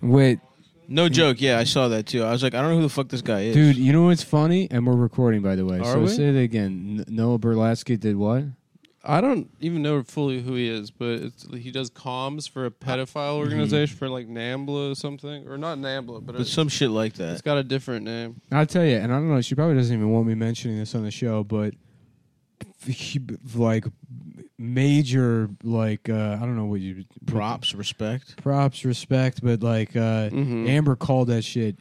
Wait, No joke. Yeah, I saw that too. I was like, I don't know who the fuck this guy is. dude, you know what's funny? And we're recording, by the way. Are so we? say it again. N- Noah Burlaski did what? I don't even know fully who he is, but it's, he does comms for a pedophile organization for like NAMBLA or something, or not NAMBLA, but, Mm-hmm. but it's, some shit like it's that. got a different name. I'll tell you, and I don't know. She probably doesn't even want me mentioning this on the show, but he, like major, like uh, I don't know what you Props, respect. props, respect, but like uh, Amber called that shit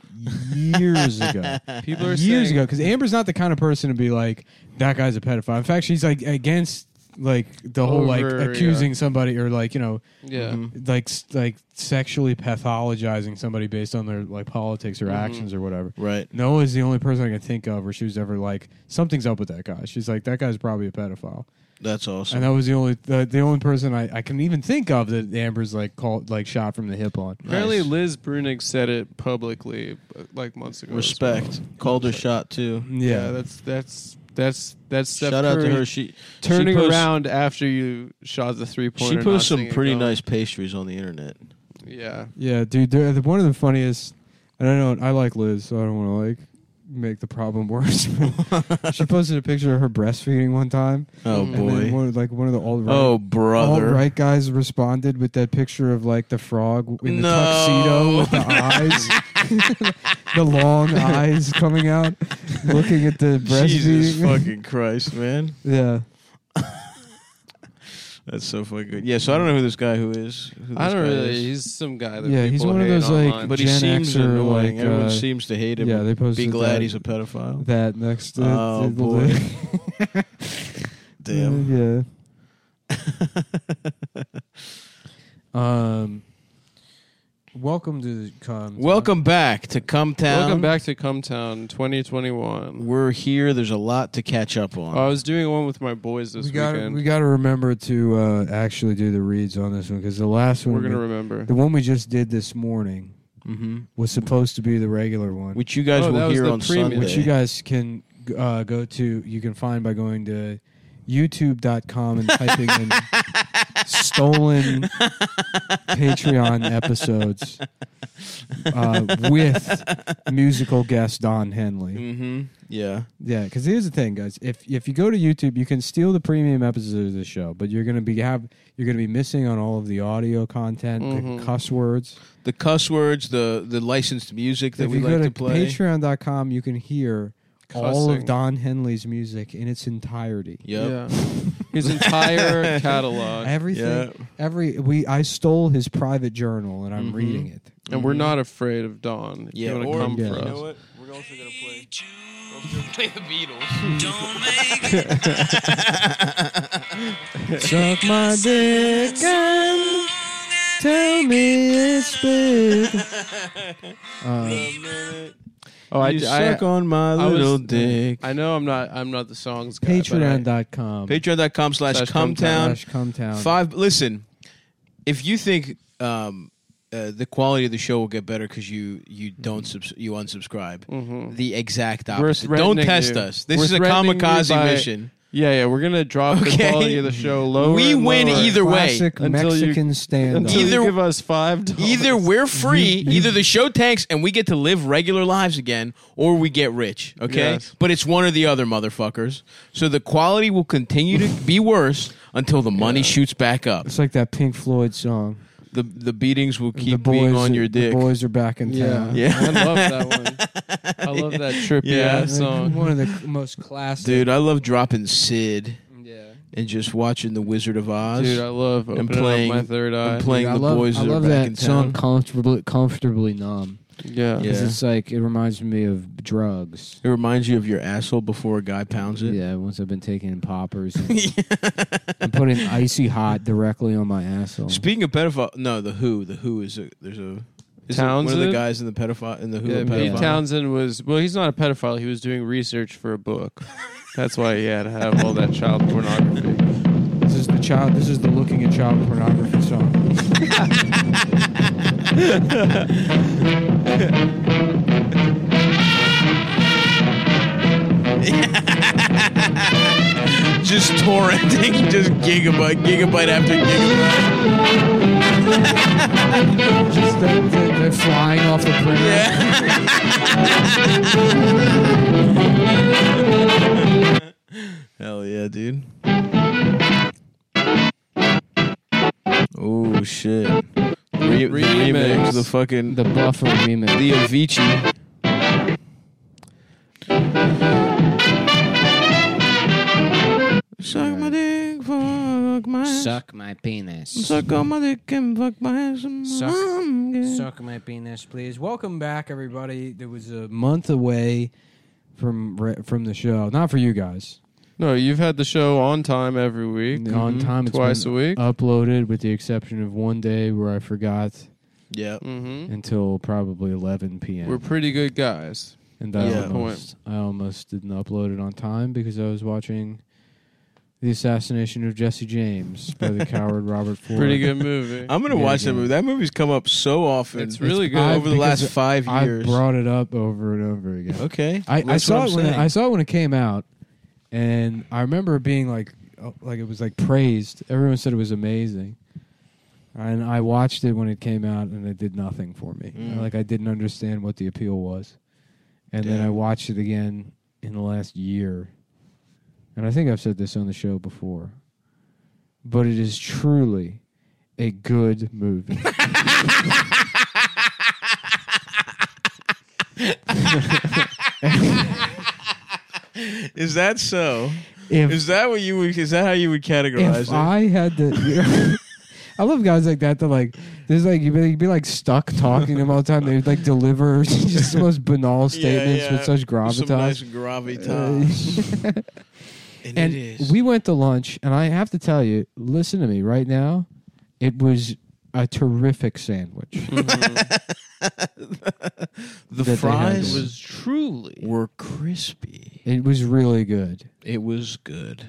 years ago. Uh, People are years saying- ago because Amber's not the kind of person to be like that guy's a pedophile. In fact, she's like against like the whole like Over, accusing somebody or like you know Yeah. like s- like sexually pathologizing somebody based on their like politics or Mm-hmm. actions or whatever. Right. Noah is the only person I can think of where she was ever like something's up with that guy. She's like that guy's probably a pedophile, That's awesome. and that was the only the, the only person I, I can even think of that Amber's like called like shot from the hip on. Apparently, Liz Brunig said it publicly uh, like months ago. Respect. Called her shot too. Yeah, that's that's that's that's Steph Shout out to Curry her. She turning she posts- around after you shot the three pointer. She posts some pretty nice pastries on the internet. Yeah, Yeah, dude, they're, the- one of the funniest. And I don't. I like Liz, so I don't want to like make the problem worse. she posted a picture of her breastfeeding one time. Oh And then boy. one, like one of the alt right, Oh brother. alt-right guys responded with that picture of like the frog in the tuxedo No. with the eyes, the long eyes coming out, looking at the Jesus breastfeeding. fucking Christ, man. yeah, That's so fucking good. Yeah, so I don't know who this guy who is. Who this I don't guy really. is. He's some guy that Yeah, people he's one of hate those, like, online. but he Gen seems Xer, annoying. like, Everyone uh, seems to hate him. yeah, they Be posted glad that. he's a pedophile. that next. uh, To, oh to- boy. Damn. Yeah. um. Welcome to the con. Welcome back to Come Town. Welcome back to Cumtown 2021. We're here. There's a lot to catch up on. Oh, I was doing one with my boys this We got weekend. we got to remember to uh, actually do the reads on this one because the last one We're gonna we- remember. the one we just did this morning mm-hmm. was supposed to be the regular one, Which you guys Oh, that will was hear the on premium. Sunday. which you guys can uh, go to. You can find by going to YouTube.com and typing in stolen Patreon episodes uh, with musical guest Don Henley. mm-hmm. Yeah. Yeah, because here's the thing, guys. If if you go to YouTube, you can steal the premium episodes of the show, but you're gonna be have you're gonna be missing on all of the audio content, Mm-hmm. the cuss words. The cuss words, the the licensed music that if we you like go to to, play. Patreon.com, you can hear all Cussing. of Don Henley's music in its entirety. Yep. Yeah. His entire catalog. Everything, Yeah. Mm-hmm. every we I stole his private journal and I'm reading it. And we're not afraid of Dawn. If Yeah, you want or- to come Yeah. for You us. know We're also gonna play. Don't make it Suck my dick and tell me it's big. Oh, I, you I- suck on my I was- little dick. I know I'm not. I'm not the songs guy. but I- Patreon.com. Patreon.com slash Slash Cumtown. slash Cumtown. Five. Listen, if you think um, uh, the quality of the show will get better because you you don't subs- you unsubscribe, the exact opposite. Don't Mm-hmm. threatening test you. us. This We're is a threatening you kamikaze by- mission. Yeah, yeah. We're gonna drop Okay. the quality of the show lower. We and win lower. either way. Classic Until you- Mexican stand. Until Either- you give us five. Dollars. Either we're free, You- you- either the show tanks and we get to live regular lives again, or we get rich. Okay, Yes. but it's one or the other, motherfuckers. So the quality will continue to be worse until the money shoots back up. It's like that Pink Floyd song. The the beatings will the keep boys being on are- your dick. The boys are back in Yeah. town. Yeah. I love that one. I love that trippy Yeah. ass song. One of the most classic. Dude, I love dropping Sid Yeah. and just watching The Wizard of Oz. Dude, I love opening playing- up my third eye. and playing I the love, boys I that are love back that in song town. comfortably, comfortably numb. Yeah. Yeah. 'Cause It's like it reminds me of drugs. It reminds you of your asshole before a guy pounds it. Yeah, once I've been taking poppers and, and putting icy hot directly on my asshole. Speaking of pedophile, no, the Who, the Who is a there's a is it one of the Townsend? guys in the pedophile in the Who. Yeah, a Pete pedophile? Townsend was well. He's not a pedophile. He was doing research for a book. That's why he had to have all that child pornography. This is the child. This is the looking at child pornography song. just torrenting, just gigabyte, gigabyte after gigabyte. Just the, the, the flying off the printer. Hell yeah, dude. Oh shit. Re- the Remix. remix, the fucking The buffer remix. the Avicii. Suck my dick, fuck my ass. my penis. Suck on my dick and fuck my ass. and Suck. I'm gay. Suck my penis, please. Welcome back, everybody. There was a month away from re- from the show. Not for you guys. No, you've had the show on time every week. Mhm. On time, it's Mm-hmm. twice been a week. Uploaded, with the exception of one day where I forgot Yeah. Mm-hmm. hmm until probably 11 p.m. We're pretty good guys. and I Yeah. almost I almost didn't upload it on time because I was watching the assassination of Jesse James by the coward Robert Ford. Pretty good movie. I'm gonna Yeah, watch yeah. that movie. That movie's come up so often. It's really good. I- over the because last five I years. brought it up over and over again. okay, I, I That's saw what it I'm when it, saying. I saw it when it came out, and I remember it being like oh, like it was like praised. Everyone said it was amazing, and I watched it when it came out, and it did nothing for me. Mm. Like I didn't understand what the appeal was, and then I Damn. watched it again in the last year, and I think I've said this on the show before, but it is truly a good movie. Is that so? If Is that what you would? Is that how you would categorize if it? I had to, I love guys like that. That like, there's like you'd be, you'd be like stuck talking to them all the time. They'd like deliver just the most banal statements yeah. with such gravitas. Uh, Some nice gravitas. and, and it is. we went to lunch, and I have to tell you, listen to me right now. It was a terrific sandwich. the that they had fries there. was truly. were crispy. it was really good. It was good.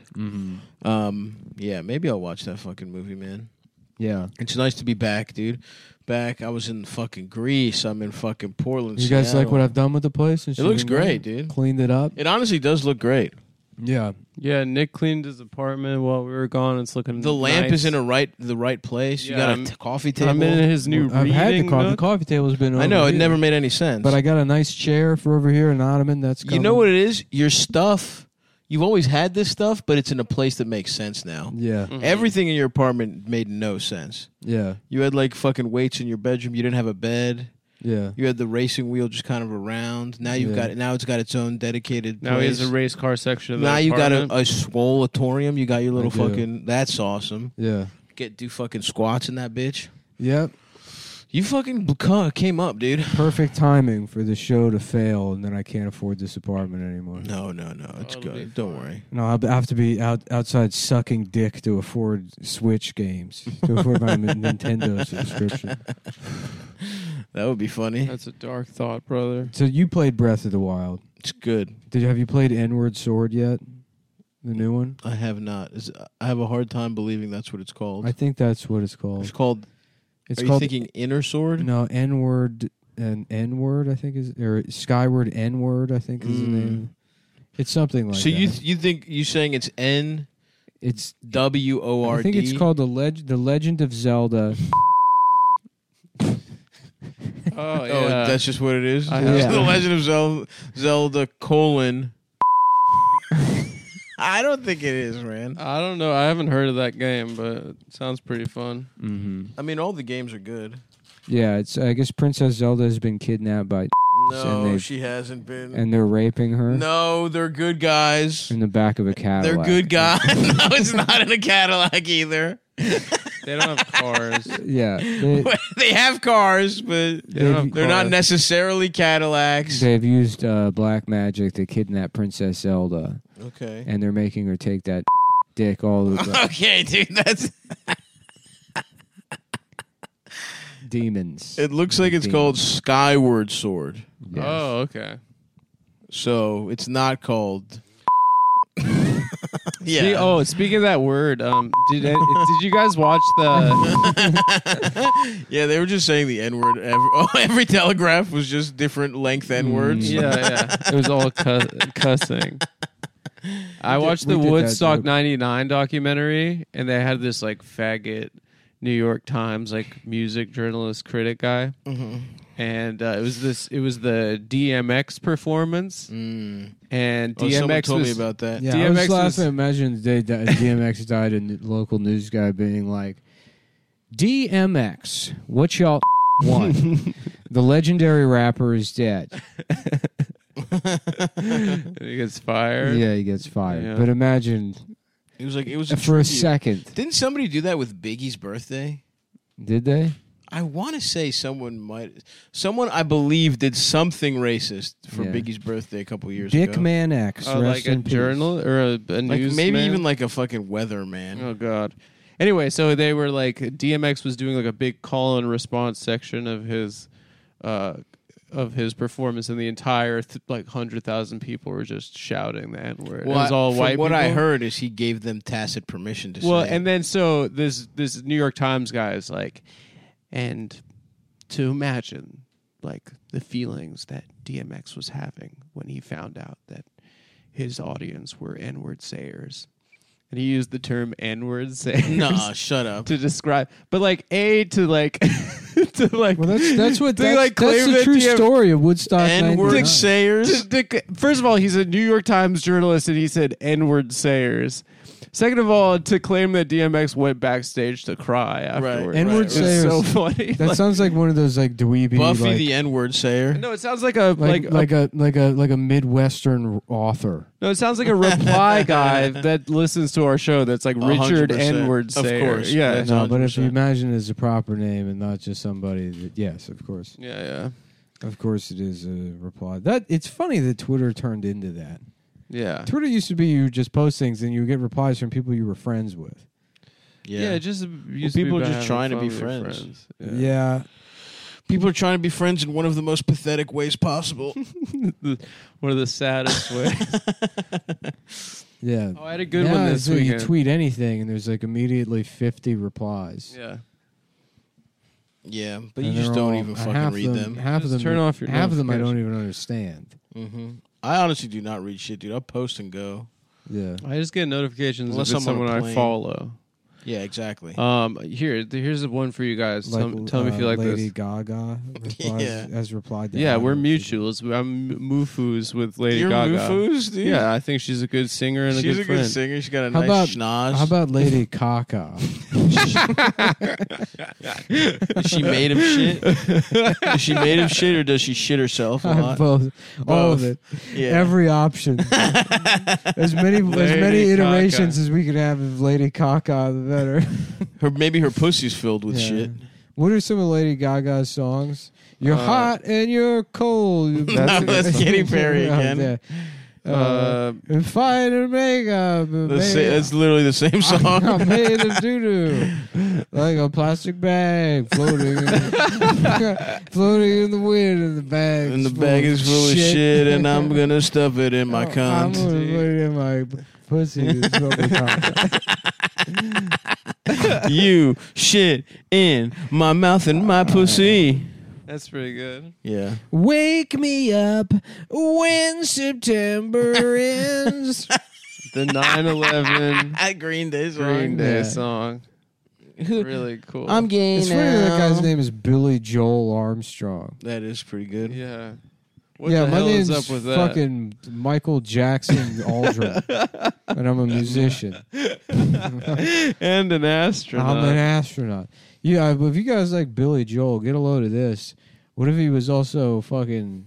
Um, yeah, maybe I'll watch that fucking movie, man. Yeah, It's nice to be back, dude. Back. I was in fucking Greece. I'm in fucking Portland. you guys like Seattle. what I've done with the place? and It looks shit? great, dude. Cleaned it up. It honestly does look great. Yeah, Yeah, Nick cleaned his apartment while we were gone. It's looking. The lamp nice. is in a right the right place. You Yeah, got a I'm- t- coffee table. I'm in his new I've reading had the coffee. The nook. coffee table's been. Oh, I know over it here. never made any sense. But I got a nice chair for over here, an ottoman. That's you coming. know what it is? Your stuff. You've always had this stuff, but it's in a place that makes sense now. Yeah, Mm-hmm. Everything in your apartment made no sense. yeah, You had like fucking weights in your bedroom. You didn't have a bed. yeah. You had the racing wheel just kind of around. Now you've Yeah. got now it's got its own dedicated. Now he place. has a race car section. Of the now you got a, apartment. a swolatorium. You got your little do. fucking. That's awesome. Yeah. Get do fucking squats in that bitch. Yep. You fucking beca- came up, dude. Perfect timing for the show to fail, and then I can't afford this apartment anymore. No, no, no. It's That'll Oh, be good. Don't fine. worry. No, I'll have to be out outside sucking dick to afford Switch games to afford my Nintendo subscription. That would be funny. That's a dark thought, brother. So you played Breath of the Wild. It's good. Did you have you played Inward Sword yet? The new one. I have not. Is- I have a hard time believing that's what it's called. I think that's what it's it's called. called. It's are called you thinking inner sword? no N word and N word. I think is or Skyward N word. I think is the Mm. name. It's something like so that. you th- you think you saying it's N it's W O R I D? think it's called the leg- the Legend of Zelda. Oh yeah, Oh, that's just what it is. I have- It's The Yeah. Legend of Zelda, Zelda colon. I don't think it is, man. I don't know. I haven't heard of that game, but it sounds pretty fun. Mm-hmm. I mean, all the games are good. Yeah, it's I guess Princess Zelda has been kidnapped by and No, they- she hasn't been. and they're raping her no, they're good guys. in the back of a They're Cadillac. good guys. no, it's not in a Cadillac either. They don't have cars. They Yeah, they, they have cars, but don't have they're not cars. necessarily Cadillacs. they've used uh, black magic to kidnap Princess Zelda, Okay. and they're making her take that dick all the Okay, dude, that's demons. it looks like it's called Skyward Sword. Yes. Oh, okay. So, it's not called Yeah. See, oh, speaking of that word, um, did I- did you guys watch the? Yeah, they were just saying the N word. Every, oh, every telegraph was just different length N words. Mm, yeah, yeah. It was all cuss, cussing. I watched we the did that Woodstock joke. '99 documentary, and they had this like faggot New York Times like music journalist critic guy, and uh, it was this. It was the DMX performance, and Oh, someone DMX told was me about that. Yeah, I DMX was was- laughing. Imagine the day that DMX died, and the local news guy being like, "DMX, what y'all want? the legendary rapper is dead. he gets fired. Yeah, he gets fired. Yeah. But imagine It was like it was for a tribute. second, Didn't somebody do that with Biggie's birthday? did they? I want to say someone might, someone I believe did something racist for Yeah. Biggie's birthday a couple years Dick ago. Man X, Uh, rest like a in peace. journal or a, a like news maybe even like a fucking weatherman. Oh god. Anyway, so they were like DMX was doing like a big call and response section of his uh of his performance and the entire th- like 100,000 people were just shouting the n-word. it was all from white What I people. heard is he gave them tacit permission to Well, say. it. and then so this this New York Times guy is like and to imagine like the feelings that DMX was having when he found out that his audience were n-word sayers. And he used the term n-word sayers nah, shut up. to describe, but like a to like to like Well, that's that's what to, that's, like that's claim the that true DM story of Woodstock. N word 99. sayers. to- to- First of all, he's a New York Times journalist, and he said n-word sayers. Second of all, to claim that DMX went backstage to cry afterwards. N-word It was sayers. so funny. That Like, sounds like one of those like dweeby Buffy like, the N word sayer. no, it sounds like a like like, uh, like, a- a like a like a midwestern author. no, it sounds like a reply guy that listens to our show. That's like Richard 100%. N-word Of sayer. course. yeah, That's No, but if you 100%. imagine it as a proper name and not just somebody that yes, of course. yeah, yeah, Of course it is a reply. That it's funny that Twitter turned into that. yeah. Twitter used to be you just post things and you get replies from people you were friends with. Yeah, just used people to are be just about trying to having be fun with your friends. friends. Yeah. Yeah. people are trying to be friends in one of the most pathetic ways possible. the, one of the saddest ways. Yeah. oh, I had a good Now one it's this like weekend. You tweet anything and there's like immediately 50 replies. yeah, yeah, but And you just they're don't all- even half fucking of read them. Half of them Just turn off your Half of them I don't even understand. hmm I honestly do not read shit, dude. I post and go. Yeah. I just get notifications Unless if it's I'm on a someone I plane. follow. Yeah, exactly. Um, here, th- here's one for you guys. tell, tell me if you uh, like Lady this. Gaga replies, Yeah. has replied. To Yeah, we're Adam. mutuals. I'm mufus with Lady You're Gaga. Mufu's, dude. Yeah, I think she's a good singer and a She's good a friend. good singer. She got a How nice about- schnoz. How about Lady Gaga? Does she made him shit? does she made him shit or does she shit herself a lot? Both, all of it, Yeah. every option, as many as many Lady iterations Gaga. as we could have of Lady Gaga, the better. her maybe her pussy's filled with Yeah. shit. What are some of Lady Gaga's songs? You're Uh, hot and you're cold. You- That's- No, that's Katy Perry Oh, again. yeah. Uh, Uh, and fine and makeup. and That's, sa- makeup. that's literally the same song. I'm made of doo doo, like a plastic bag floating, in, floating in the wind, and the bag and the bag is full of shit, and I'm gonna stuff it in my Oh, I'm cunt. gonna put it in my pussy. It's gonna be cum. you shit in my mouth and my pussy. that's pretty good. Yeah. Wake me up when September ends. The 9/11 At Green Day's Green Day Yeah. song. Really cool. gay it's funny that guy's name is Billy Joel Armstrong. That is pretty good. Yeah. What yeah, the my hell name's is up with that? fucking Michael Jackson Aldrin, and I'm a musician. and an astronaut. I'm an astronaut. Yeah, but if you guys like Billy Joel, get a load of this. What if he was also fucking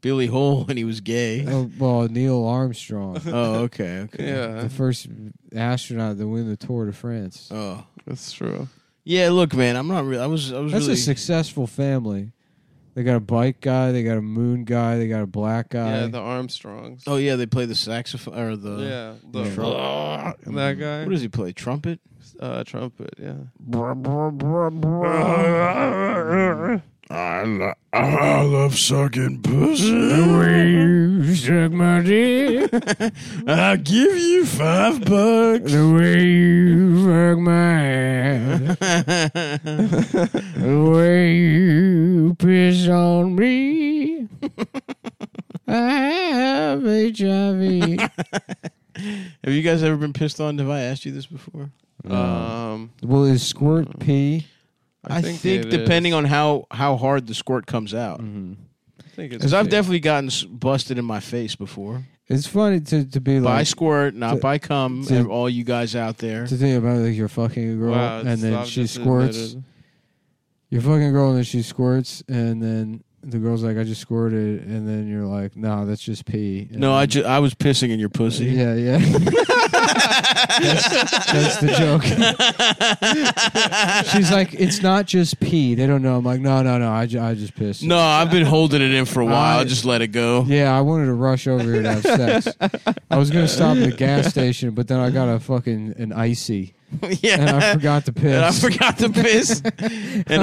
Billy Hole when he was gay. Oh, well, Neil Armstrong, Oh, okay, okay. Yeah, the first astronaut to win the Tour de France. Oh, that's true. yeah. Look, man, I'm not really. I was. I was That's really. a successful family. They got a bike guy, they got a moon guy, they got a black guy. Uh, Yeah, the Armstrongs. oh yeah, they play the saxophone or the. yeah, the Trump. that guy. What does he play? Trumpet. uh, trumpet? Yeah. I, lo- I love sucking pussy. way you suck my dick, I'll give you five bucks. the way you suck my ass, the way you piss on me. I have HIV. Have you guys ever been pissed on? Have I asked you this before? Uh, Um, well, is squirt pee? I, think, it depending is. on how how hard the squirt comes out, Mm. Mm-hmm. I think it's because I've big. definitely gotten s- busted in my face before It's funny to, to be by like squirt, not to- by cum. to- and all you guys out there, to think about like you're fucking a girl Wow, and then Slav she just squirts. admitted. You're fucking a girl and then she squirts and then the girl's like, I just squirted and then you're like, No, that's just pee. And no, I then- ju- I was pissing in your pussy. Yeah, yeah. that's, that's the joke. She's like, It's not just pee. They don't know. I'm like, No, no, no, I, ju- I just pissed. No, I've been holding it in for a while. I just let it go. Yeah, I wanted to rush over here to have sex. I was gonna stop at a gas station, but then I got a fucking an icy yeah. and I forgot to piss. And I forgot to piss. and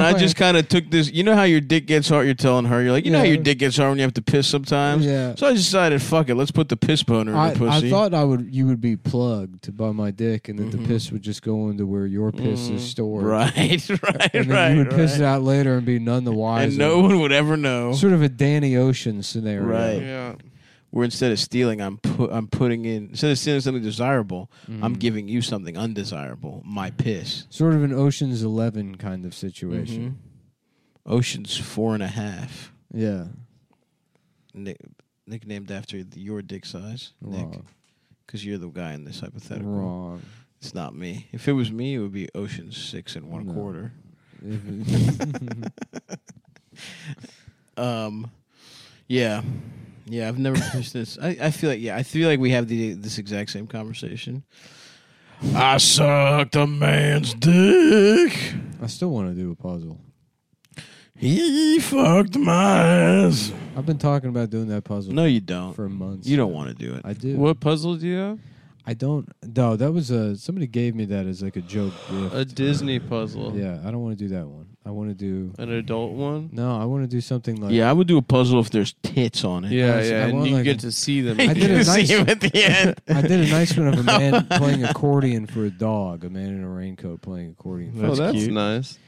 Oh, I just kind of took this. You know how your dick gets hard? You're telling her. You're like, you know how Yeah. your dick gets hard when you have to piss sometimes? Yeah. So I decided, fuck it. Let's put the piss boner in I, the pussy. Mm-hmm. I thought I would you would be plugged by my dick and that the piss would just go into where your piss is stored. right, right, And then right. you would piss it right. out later and be none the wiser. And no one would ever know. sort of a Danny Ocean scenario. Right. Oh. Yeah. Where instead of stealing, I'm pu- I'm putting in instead of stealing something desirable, Mm. I'm giving you something undesirable. My piss. Mm-hmm. Sort of an Ocean's Eleven kind of situation. Ocean's four and a half. Yeah. Nick, nicknamed after the, your dick size, Nick, Wrong. because you're the guy in this hypothetical. Wrong. It's not me. If it was me, it would be Ocean Six and One No. Quarter. If- Um, yeah, yeah. I've never pushed this. I, I feel like yeah. I feel like we have the this exact same conversation. I sucked a man's dick. I still want to do a puzzle. He fucked my ass. I've been talking about doing that puzzle No, you don't. for months. You don't want to do it. I do. What puzzle do you have? I don't. No, that was a somebody gave me that as like a joke gift. A Disney puzzle. yeah, I don't want to do that one. I want to do. An adult one. No, I want to do something like. yeah, I would do a puzzle if there's tits on it. Yeah, I yeah. And want you like get a- to see them. I did you a see nice- him at the end. I did a nice one of a man playing accordion for a dog, a man in a raincoat playing accordion. oh, that's cute. nice.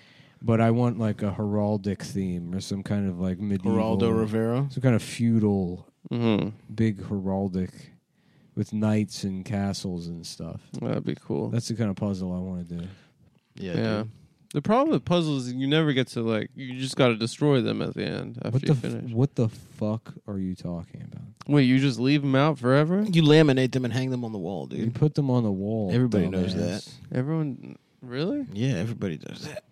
But I want like a heraldic theme or some kind of like medieval, Geraldo Rivera. some kind of feudal, hmm big heraldic with knights and castles and stuff. That'd be cool. That's the kind of puzzle I want to do. Yeah. yeah. dude. The problem with puzzles is you never get to like. You just got to destroy them at the end after What you the finish. f- what the fuck are you talking about? Wait, you just leave them out forever? You laminate them and hang them on the wall, You dude. put them on the wall. Everybody knows dumbass. that. Everyone, really? Yeah, everybody does that.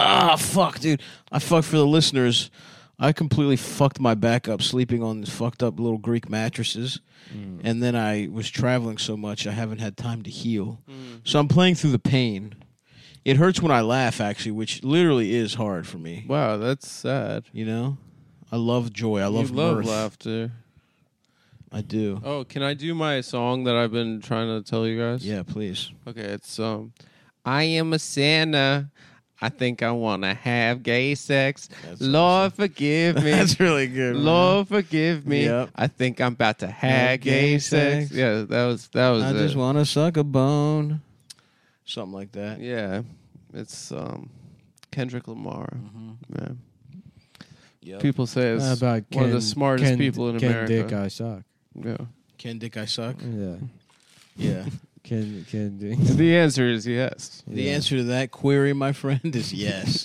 Ah, fuck, dude. I fucked for the listeners. I completely fucked my back up sleeping on these fucked up little Greek mattresses. Mm. And then I was traveling so much, I haven't had time to heal. Mm. So I'm playing through the pain. It hurts when I laugh, actually, which literally is hard for me. Wow, that's sad. You know? I love joy. I love, you love mirth. laughter. I do. Oh, can I do my song that I've been trying to tell you guys? Yeah, please. Okay, it's um, I am a sinner. I think I wanna have gay sex. Lord, forgive me. really good. Lord, forgive me. Yep. I think I'm about to have gay, sex. Yeah, that was that was I it. just want to suck a bone. Something like that. yeah, it's um, Kendrick Lamar. Yeah. Yep. People say it's Uh, about one Ken- of the smartest Ken- people in Ken America. Dick, I suck. yeah. Ken Dick, I suck. Yeah, Yeah. Ken Ken Dick. The answer is yes. The Yeah. answer to that query, my friend, is yes.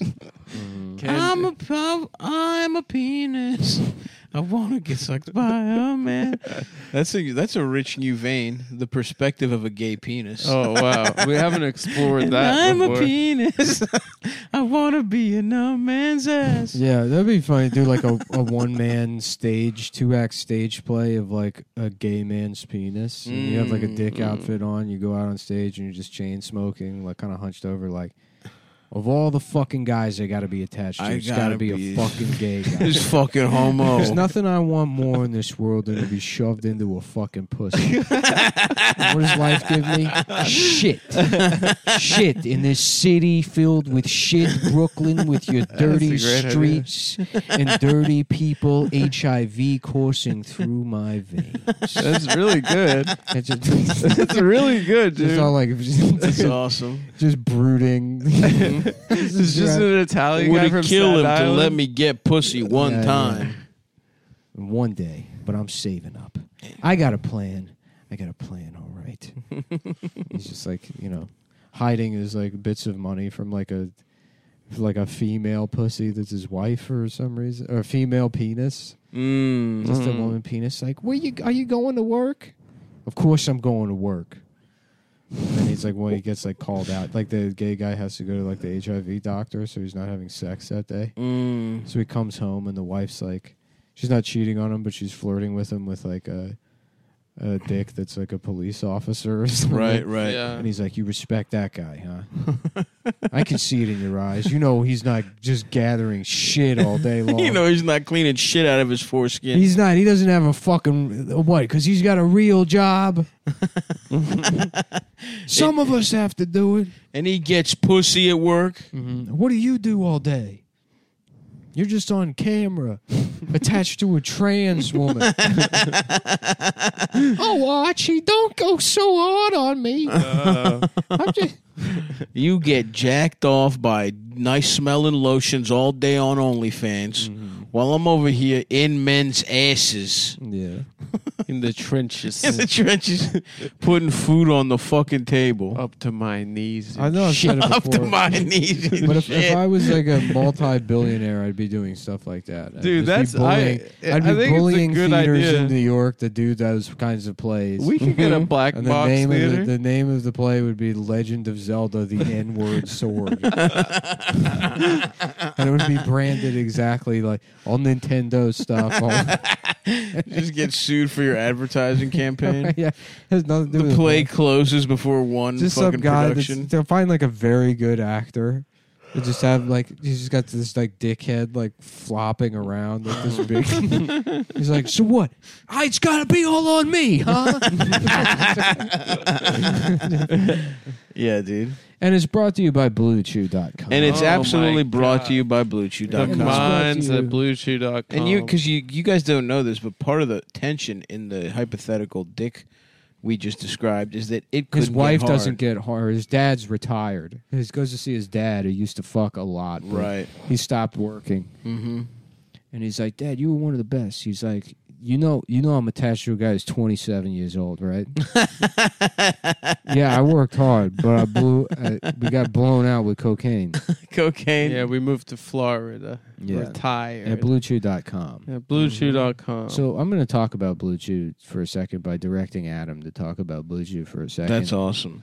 Ken- I'm a pub, I'm a penis. I want to get sucked by a man. That's a that's a rich new vein. The perspective of a gay penis. Oh wow, we haven't explored And that. I'm before. a penis. I want to be in a man's ass. Yeah, that'd be funny. Do like a, a one man stage, two act stage play of like a gay man's penis. And you have like a dick Mm-hmm. outfit on. You go out on stage and you're just chain smoking, like kind of hunched over. Like, of all the fucking guys I got to be attached to, I it's got gotta to be, be- a fucking gay guy. This fucking homo. There's nothing I want more in this world than to be shoved into a fucking pussy. what does life give me? Shit. shit in this city filled with shit, Brooklyn, with your dirty great idea. streets and dirty people, HIV coursing through my veins. That's really good. It's just, it's That's really good, dude. just all like That's just, awesome. brooding. This is just an Italian Would guy it from kill him Staten to Island. let me get pussy one Yeah, yeah. time? One day, but I'm saving up. I got a plan. I got a plan, all right. He's just like, you know, hiding his like bits of money from like a like a female pussy that's his wife for some reason or a female penis. Mm. Just a woman penis. Like, where you are you going to work? Of course I'm going to work. And he's like, well, he gets like called out. Like the gay guy has to go to like the HIV doctor, so he's not having sex that day. Mm. So he comes home and the wife's like, she's not cheating on him, but she's flirting with him with like a a dick that's like a police officer or something. Right, right. Yeah. And he's like, "You respect that guy, huh?" I can see it in your eyes. You know he's not just gathering shit all day long. You know, he's not cleaning shit out of his foreskin. He's not. He doesn't have a fucking uh, what? Because he's got a real job. Some of us have to do it. and he gets pussy at work. What do you do all day? You're just on camera, attached to a trans woman. oh, Archie, don't go so hard on me. I'm just, You get jacked off by nice smelling lotions all day on OnlyFans Mm-hmm. while I'm over here in men's asses yeah. in the trenches, in the trenches putting food on the fucking table. up to my knees. I know I've said it Up to before. my knees. and Oh, But if, shit. if I was like a multi-billionaire, I'd be doing stuff like that. I'd Dude, just be bullying, that's- I- I would be think it's a bullying good theaters idea. in New York that do those kinds of plays. We could get a black and the box name theater. of the, the name of the play would be Legend of Zelda: The N Word Sword, and it would be branded exactly like all Nintendo stuff. All, just get sued for your advertising campaign. yeah, has nothing to do with The the play closes before one just some fucking guy production. that's, they'll find like a very good actor and just have like he's just got this like dickhead like flopping around like this big he's like so what I, it's gotta be all on me huh Yeah, dude. and it's brought to you by bluechew.com And it's Oh, my absolutely brought God. to you by the BlueChew.com. Come on. mines Respect at you. bluechew.com. And you, because you, you guys don't know this, but part of the tension in the hypothetical dick we just described is that it could his wife doesn't get hard his dad's retired he goes to see his dad who used to fuck a lot but Right. he stopped working Mm-hmm. and he's like dad you were one of the best he's like you know you know i'm attached to a guy who's 27 years old right yeah, I worked hard, but I blew. I, we got blown out with cocaine Cocaine. yeah, we moved to Florida. Yeah. Retired. at BlueChew.com. yeah, bluechew.com. So I'm going to talk about Blue Chew for a second by directing Adam to talk about Blue Chew for a second. That's awesome.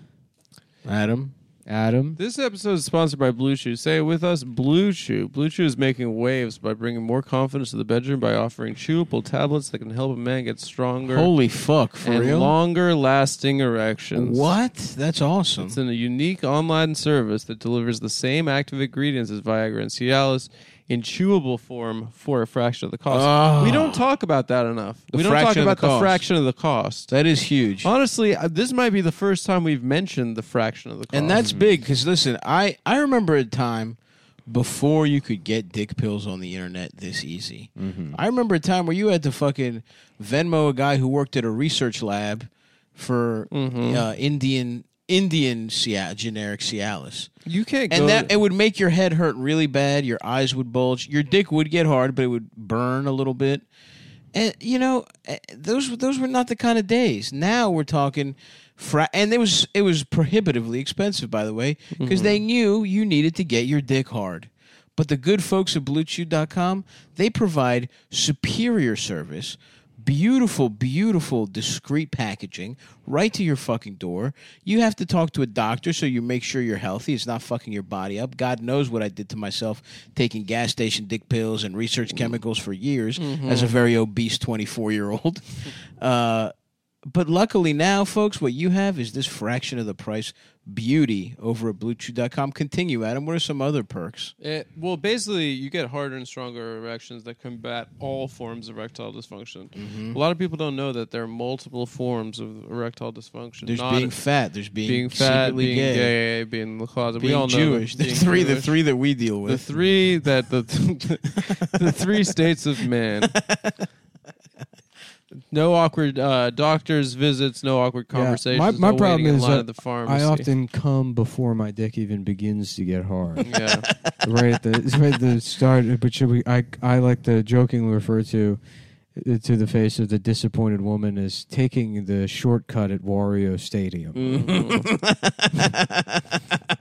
Adam? Adam, This episode is sponsored by Blue Chew. Say it with us, Blue Chew. Blue Chew is making waves by bringing more confidence to the bedroom by offering chewable tablets that can help a man get stronger Holy fuck, for and real? longer lasting erections. what? That's awesome. It's in a unique online service that delivers the same active ingredients as Viagra and Cialis in chewable form for a fraction of the cost. Ah. we don't talk about that enough. The we don't talk fraction of the about the cost. fraction of the cost. that is huge. Honestly, uh, this might be the first time we've mentioned the fraction of the cost. And that's big because listen, I I remember a time before you could get dick pills on the internet this easy. I remember a time where you had to fucking Venmo a guy who worked at a research lab for uh, Indian Indian Cia- generic Cialis. you can't go And that it would make your head hurt really bad. Your eyes would bulge. Your dick would get hard, but it would burn a little bit. And you know, eh, those those were not the kind of days. Now we're talking, fra- and it was it was prohibitively expensive, by the way, because they knew you needed to get your dick hard. But the good folks at BlueChew.com, they provide superior service, beautiful, beautiful, discreet packaging right to your fucking door. You have to talk to a doctor so you make sure you're healthy. It's not fucking your body up. God knows what I did to myself taking gas station dick pills and research chemicals for years as a very obese 24 year old. Uh, but luckily now, folks, what you have is this fraction of the price beauty over at BlueChew.com. Continue, Adam. What are some other perks? It, well, basically, you get harder and stronger erections that combat all forms of erectile dysfunction. Mm-hmm. A lot of people don't know that there are multiple forms of erectile dysfunction. There's not being fat. There's being, being fat, secretly being gay, gay. being in the closet. being we all Jewish. know The that being three, the Jewish. three that we deal with. the three that the the three states of man. No awkward uh, doctors visits. No awkward conversations. my my no problem waiting in is line that at the I pharmacy. often come before my dick even begins to get hard. yeah. right at the right at the start. But should we? I I like to jokingly refer to uh, to the face of the disappointed woman as taking the shortcut at Wario Stadium. Mm.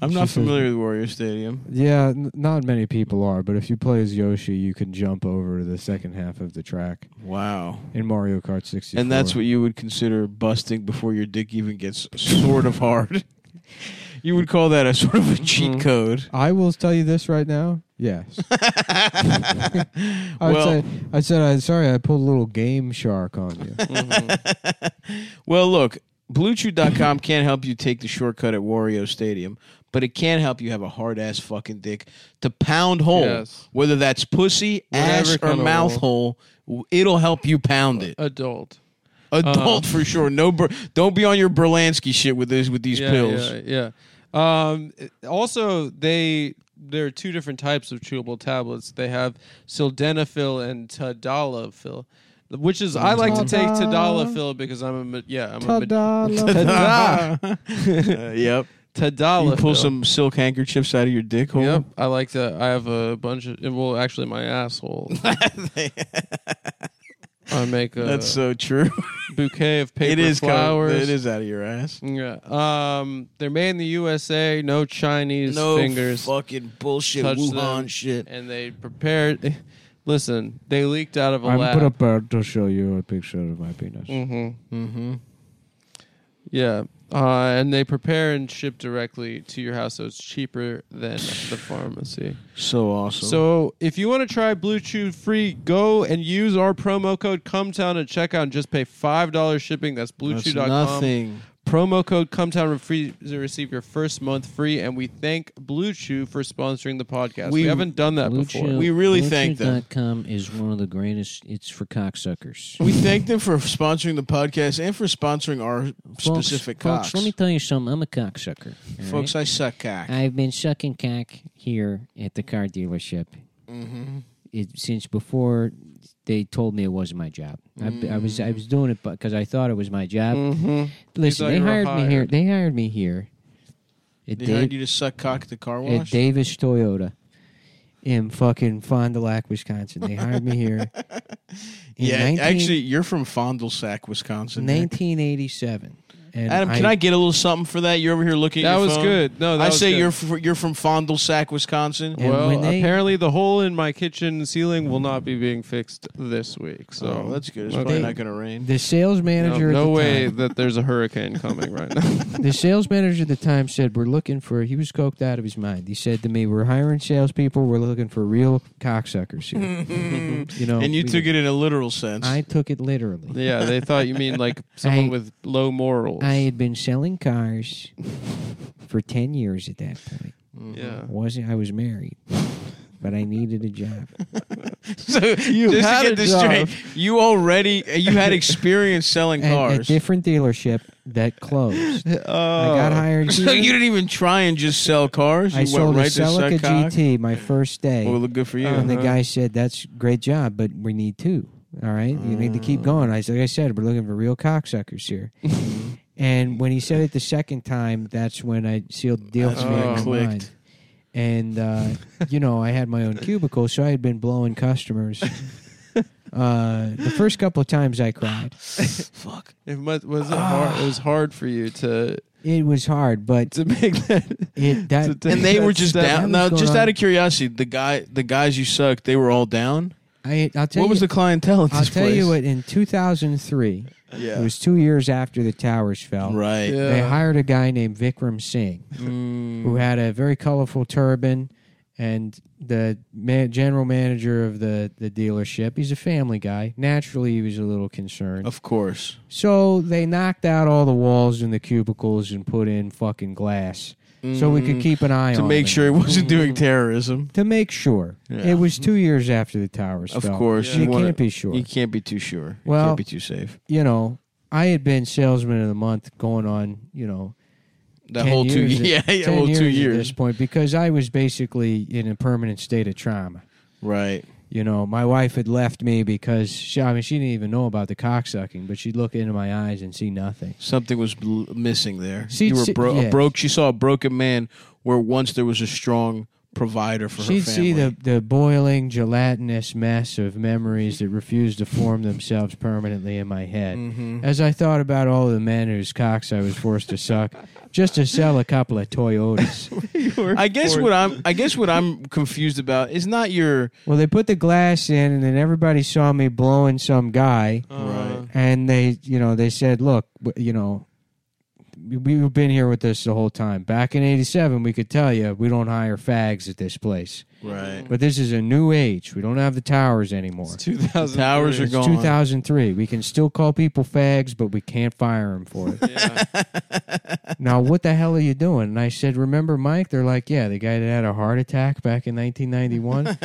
I'm She not says- familiar with Warrior Stadium. Yeah, n- not many people are, but if you play as Yoshi, you can jump over to the second half of the track Wow. in Mario Kart 64. And that's what you would consider busting before your dick even gets sort of hard. you would call that a sort of a cheat Mhm. code. I will tell you this right now. Yes, I would Well- say I said I'm sorry. I pulled a little game shark on you. Well, look, BlueChew.com can't help you take the shortcut at Wario Stadium, but it can help you have a hard ass fucking dick to pound hole. Yes. Whether that's pussy, Whatever ass, or kind of Uh, mouth hole, w- it'll help you pound it. Adult. uh-huh. Adult for sure. No, bur- don't be on your Berlansky shit with this with these yeah, pills. Yeah, yeah. Um, it- also, they there are two different types of chewable tablets. They have sildenafil and tadalafil, which is I like to take Ta-da. tadalafil because I'm a ma- yeah I'm Ta-da, a ma- love- Ta-da. Uh, yep. tadalafil. You pull some silk handkerchiefs out of your dick hole. Yep, I like to. I have a bunch of. Well, actually, my asshole. I make a That's so true. bouquet of paper it is kind of- Uh, flowers. it is out of your ass. Yeah. Um. They're made in the USA. No Chinese No fingers. fucking bullshit touch Wuhan them, shit. And they prepared. Listen, they leaked out of a I'm lab. put up uh, to show you a picture of my penis. Mm. yeah. Uh, and they prepare and ship directly to your house, so it's cheaper than the pharmacy. So awesome. So if you want to try Blue Chew free, go and use our promo code Cumtown at checkout and just pay five dollars shipping. That's That's BlueChew.com. nothing. Promo code Cumtown re- free to receive your first month free, and we thank Blue Chew for sponsoring the podcast. We, We- haven't done that before. We really thank them. BlueChew.com is one of the greatest. It's for cocksuckers. We thank them for sponsoring the podcast and for sponsoring our Folks- specific folks, cocks. let me tell you something. I'm a cocksucker. all Folks, right? I suck cock. I've been sucking cock here at the car dealership Mm-hmm. it, since before they told me it wasn't my job. I, Mm. I was I was doing it because I thought it was my job. Mm-hmm. Listen, thought they you were hired, me here. hired. They hired me here. At they Dave- hired you to suck cock at the car at wash. Davis Toyota in fucking Fond du Lac, Wisconsin. They hired me here. in yeah, 19 actually, you're from Fondle Sac, Wisconsin. right? 1987. And Adam, can I, get a little something for that? You're over here looking. at That your was phone. good. No, that I was say good. you're fr- you're from Fondle Sac, Wisconsin. And well, when they- apparently the hole in my kitchen ceiling will not be being fixed this week. So oh, that's good. It's Okay. probably not going to rain. The sales No, manager. at no the way Time, that there's a hurricane coming right now. the sales manager at the time said, "We're looking for." He was coked out of his mind. He said to me, "We're hiring salespeople. We're looking for real cocksuckers here." you know, And you we- took it in a literal sense. I took it literally. yeah, they thought you mean like someone I- with low morals. I had been selling cars for ten years at that point. yeah. wasn't I was married, but I needed a job. so you just had to a get this straight, job. you already you had experience selling At a cars. different dealership that closed. I got hired. So here. Oh. you didn't even try and just sell cars. You I sold went right a Celica to suck cock. GT my first day, Well, look good for you. Uh, Uh-huh. and the guy said, "That's great job, but we need two. All right, you need to Mm. keep going." I said, "Like I said, we're looking for real cocksuckers here." and when he said it the second time, that's when I sealed the deal That's to when me it in my clicked. mind. And uh, you know, I had my own cubicle, so I had been blowing customers. Uh, the first couple of times I cried. Fuck. Ah. It must, was it hard? It was hard for you to It was hard, but to make that. it that to- and they were That's- just that- down. was Now, going just on. out of curiosity, the guy, the guys you sucked, they were all down. I I'll tell What you was the clientele at I'll this tell place? you what in 2003 Yeah. it was 2 years after the towers fell. right. Yeah. They hired a guy named Vikram Singh Mm. Hmm. who had a very colorful turban and the man, general manager of the, the dealership, he's a family guy. Naturally, he was a little concerned. Of course. So they knocked out all the walls in the cubicles and put in fucking glass so we could keep an eye Mm. To on make them. sure he wasn't doing terrorism. To make sure. Yeah. It was two years after the towers Of fell. course. You, You wanna- can't be sure. You can't be too sure. Well- you can't be too safe. you know, I had been salesman of the month going on, you know, That 10 whole two, years, at- yeah, yeah, 10 well, two at this years. point because I was basically in a permanent state of trauma. Right. You know, my wife had left me because she, I mean, she didn't even know about the cocksucking, but she'd look into my eyes and see nothing. Something was bl- missing there. See, you were see- bro- yeah. a broke. She saw a broken man where once there was a strong provider for She'd her family. see the, the boiling, gelatinous mess of memories that refused to form themselves permanently in my head. Mm-hmm. As I thought about all the men whose cocks I was forced to suck just to sell a couple of Toyotas. I guess what I'm. I guess what I'm confused about is not your. well, they put the glass in, and then everybody saw me blowing some guy, Uh, Right. and they, you know, they said, "Look, w- you know." we- We've been here with this the whole time. Back in '87, we could tell you we don't hire fags at this place, Right. but this is a new age. We don't have the towers anymore. Two thousand Towers are It's gone. 2003. We can still call people fags, but we can't fire them for it. now, what the hell are you doing? And I said, Remember Mike? They're like, Yeah, the guy that had a heart attack back in 1991.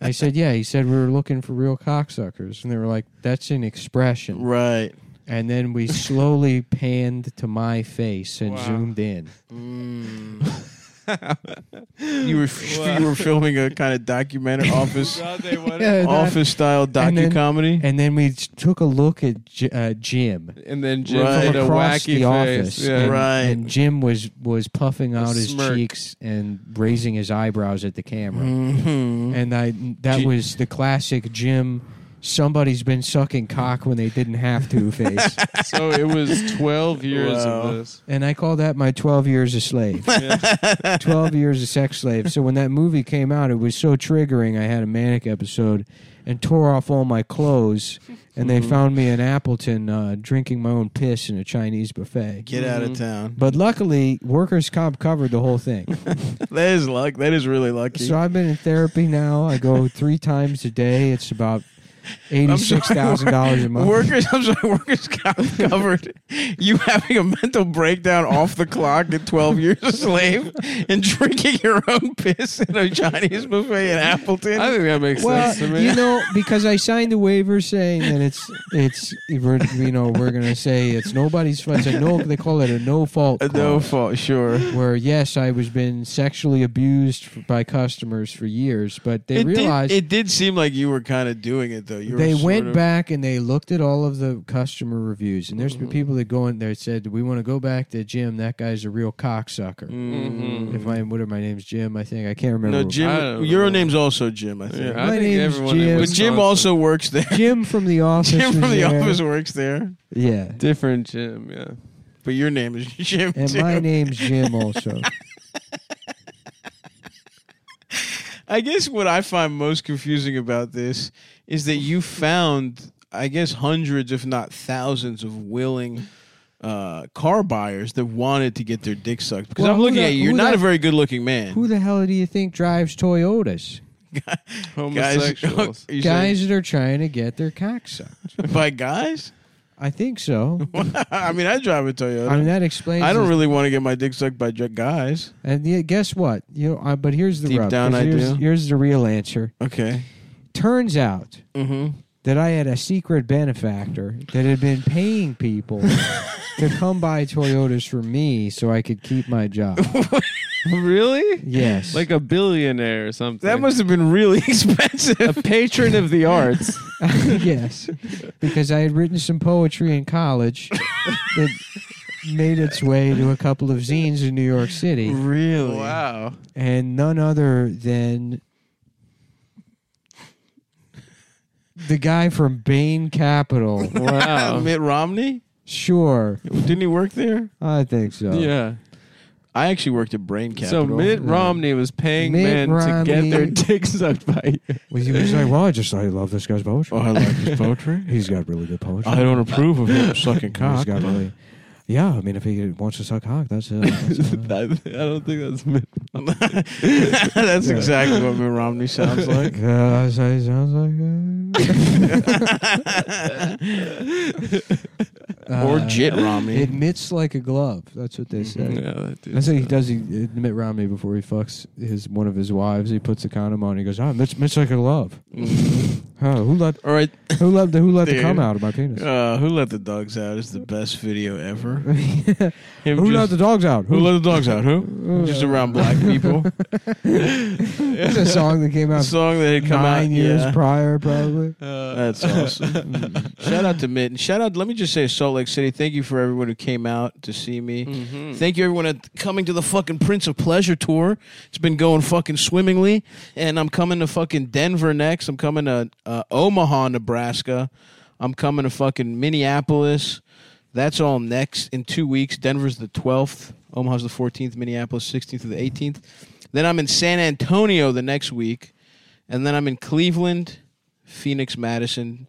I said, Yeah. He said, We were looking for real cocksuckers. And they were like, That's an expression. Right. And then we slowly panned to my face and zoomed in. Mm. You were you were filming a kind of documentary office They wanted, Yeah, that- office style And then- docu comedy. And then we took a look at J- uh, Jim. and then Jim Right. had a across wacky the face. office, Yeah. and, Right. and Jim was was puffing out his smirk. cheeks and raising his eyebrows at the camera, Mm-hmm. and I that Ji- was the classic Jim. Somebody's been sucking cock when they didn't have to face, So it was twelve years Wow. of this. and I call that my twelve years a slave, twelve years a sex slave. So when that movie came out, it was so triggering. I had a manic episode and tore off all my clothes, and they found me in Appleton uh, drinking my own piss in a Chinese buffet. Get out mm-hmm. of town. But luckily, workers' comp covered the whole thing. That is luck. That is really lucky. so I've been in therapy now. I go three times a day. It's about eighty-six thousand dollars a month. Workers, I'm sorry, workers got covered. You having a mental breakdown off the clock at 12 years a slave and drinking your own piss in a Chinese buffet in Appleton. I think that makes well, sense to me. you know, because I signed a waiver saying that it's it's we're, you know we're gonna say it's nobody's fault. It's a no. They call it a no fault. Uh, no clause, fault, sure. Where yes, I was been sexually abused f- by customers for years, but they it realized did. It did seem like you were kind of doing it though. You were they sort went of- back and they looked at all of the customer reviews, and there's been Mm-hmm. people that go in there and said, "We want to go back to Jim. That guy's a real cocksucker." If my what are my names? Jim, I think I can't remember. Mm-hmm. No, I don't Jim. Your know. name's also Jim, I think. yeah, My I think name's everyone in Jim. But Jim Wisconsin- also works there. Jim from the office. Jim was from the there. office works there. Yeah, different Jim. Yeah. But your name is Jim and too. my name's Jim also. I guess what I find most confusing about this is that you found, I guess, hundreds, if not thousands, of willing uh, car buyers that wanted to get their dick sucked. Because Well, I'm who looking the- at you, you're who not the- a very good looking man. Who the hell do you think drives Toyotas? Homosexuals. Guys, you Guys saying that are trying to get their cocksucked. by guys? I think so. I mean, I drive a Toyota. I I, mean that explains. don't this- really want to get my dick sucked by ju- guys. And yet, guess what? You know, I, but here's the Deep rub. down, 'cause I here's, do. Here's the real answer. Okay. Turns out Mm-hmm. that I had a secret benefactor that had been paying people to come buy Toyotas for me so I could keep my job. really? Yes. Like a billionaire or something. That must have been really expensive. a patron of the arts. yes. Because I had written some poetry in college that made its way to a couple of zines in New York City really? wow. and none other than the guy from Bain Capital Wow. Mitt Romney? Sure. Didn't he work there? I think so. Yeah. I actually worked at Brain Capital. So Mitt Romney was paying Mitt men to get their Romney. dicks sucked by you. Well, you were saying, well, I just I love this guy's poetry. Oh, I like his poetry. He's got really good poetry. don't approve of him sucking He's got really. Yeah, I mean, if he wants to suck cock, that's it. That's, uh, I, I don't think that's Mitt. That's exactly what Mitt Romney sounds like. uh, I say it sounds like. Uh, or uh, Jit Mm-hmm. Romney. Admits like a glove. That's what they say. Yeah, that dude. I say he does. He admit Romney before he fucks his one of his wives. He puts the condom on. He goes, "Ah, Mitch, Mitch like a glove. Huh, who let All right. who let the, who let the Dude. cum out of my penis? Uh, who let the dogs out is the best video ever. Him who let just- the dogs out? who let the dogs out? Oh, Who? Just around black people. It's a song that came The out song that had come nine out years yeah. prior, probably. That's awesome. Mm-hmm. Shout out to Mitt. And shout out, let me just say, Salt Lake City, thank you for everyone who came out to see me. Thank you, everyone, at coming to the fucking Prince of Pleasure tour. It's been going fucking swimmingly. And I'm coming to fucking Denver next. I'm coming to uh, Omaha, Nebraska. I'm coming to fucking Minneapolis. That's all next in two weeks. Denver's the 12th, Omaha's the 14th, Minneapolis 16th to the 18th. Then I'm in San Antonio the next week. And then I'm in Cleveland, Phoenix, Madison,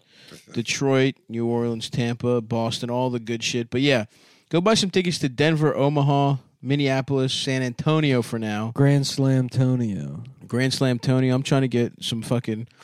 Detroit, New Orleans, Tampa, Boston, all the good shit. But yeah, go buy some tickets to Denver, Omaha, Minneapolis, San Antonio for now. Grand Slam Tonio. Grand Slam Tony, I'm trying to get some fucking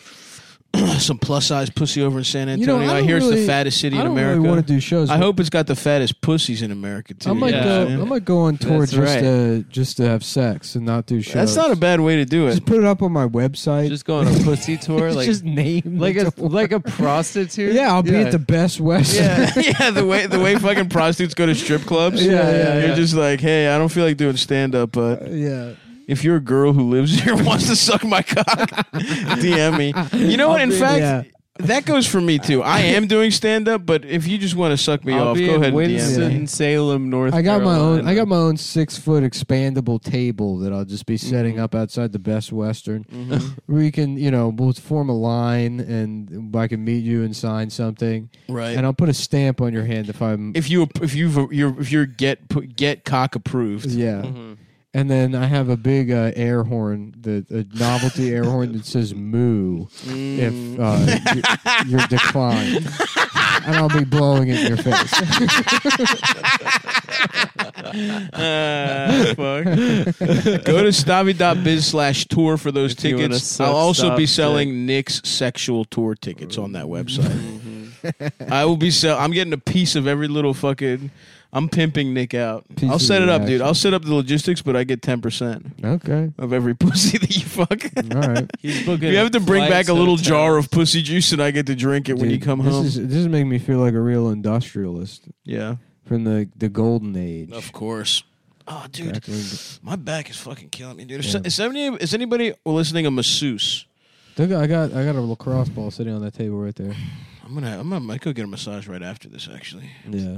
some plus size pussy over in San You Antonio. know, I, I, don't hear it's really- the fattest city I in don't America. Really want to do shows. I but hope it's got the fattest pussies in America too. I might you know go. what I'm I saying? might go on tour That's just right. to just to have sex and not do shows. That's not a bad way to do it. Just put it up on my website. Just go on a pussy tour, like just name like the a tour. like a prostitute. yeah, I'll be at the Best West. Yeah, yeah. The way the way fucking prostitutes go to strip clubs. Yeah, yeah, You're yeah. just like, hey, I don't feel like doing stand up, but yeah. if you're a girl who lives here and wants to suck my cock, DM me. You know what? In fact, yeah. that goes for me too. I am doing stand up, but if you just want to suck me I'll off, be go in ahead Winston and DM me. Salem, North. I got my own. I Carolina. got my own six foot expandable table that I'll just be Mm-hmm. setting up outside the Best Western. We can, you know, we'll form a line, and I can meet you and sign something, Right. and I'll put a stamp on your hand if I'm. if you if you you're if you're get put- get cock approved, yeah. Mm-hmm. And then I have a big uh, air horn, the a novelty air horn that says "moo" Mm. if uh, you're, you're declined, and I'll be blowing it in your face. Uh, fuck. Go to stavi.biz slash tour for those you wanna tickets. suck I'll also be Stav's selling Nick's sexual tour tickets on that website. Mm-hmm. I will be sell. I'm getting a piece of every little fucking. I'm pimping Nick out. Piece I'll of set the it up, dude. action. I'll set up the logistics, but I get 10% Okay, of every pussy that you fuck. all right. He's booking you have to bring back flights a little to- jar of pussy juice, and I get to drink it when you Dude, come this home. Is, this is making me feel like a real industrialist yeah, from the, the golden age. of course. Oh, dude, Back when- my back is fucking killing me, dude. Is, is, any, is anybody listening a masseuse? Look, I got I got a lacrosse ball sitting on that table right there. I'm gonna, I'm gonna, I could get a massage right after this, actually. Yeah.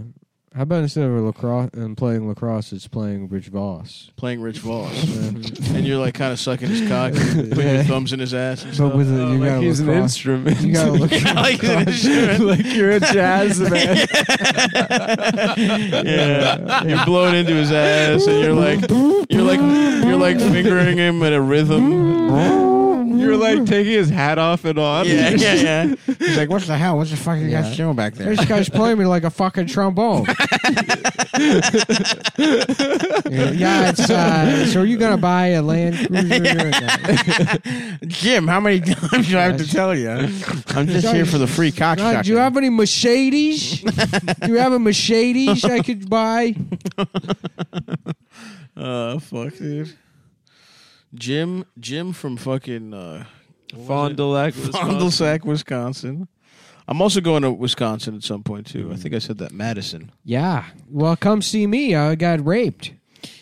How about instead of a lacrosse and playing lacrosse, it's playing Rich Voss, Playing Rich Voss, and you're like kind of sucking his cock, putting your thumbs in his ass. And but stuff. with a, you got Like a he's an lacrosse. instrument. You got a lacrosse. yeah, like an instrument. like you're a jazz man. yeah, you're blowing into his ass, and you're like, you're like, you're like fingering him at a rhythm. You're Mm-hmm. like taking his hat off and on. Yeah, yeah, yeah. He's like, what the hell? What the fuck you Yeah. guys doing back there? This guy's playing me like a fucking trombone. yeah, it's uh, so are you gonna buy a Land Cruiser? Jim, how many times do I have to tell you? I'm just here for the free cock Uh, do you have any Mercedes? do you have a Mercedes I could buy? Uh, fuck, dude. Jim, Jim from fucking uh, Fond du Lac. Fond du Sac, Wisconsin. I'm also going to Wisconsin at some point too. I think I said that Madison. Yeah. Well, come see me. I got raped.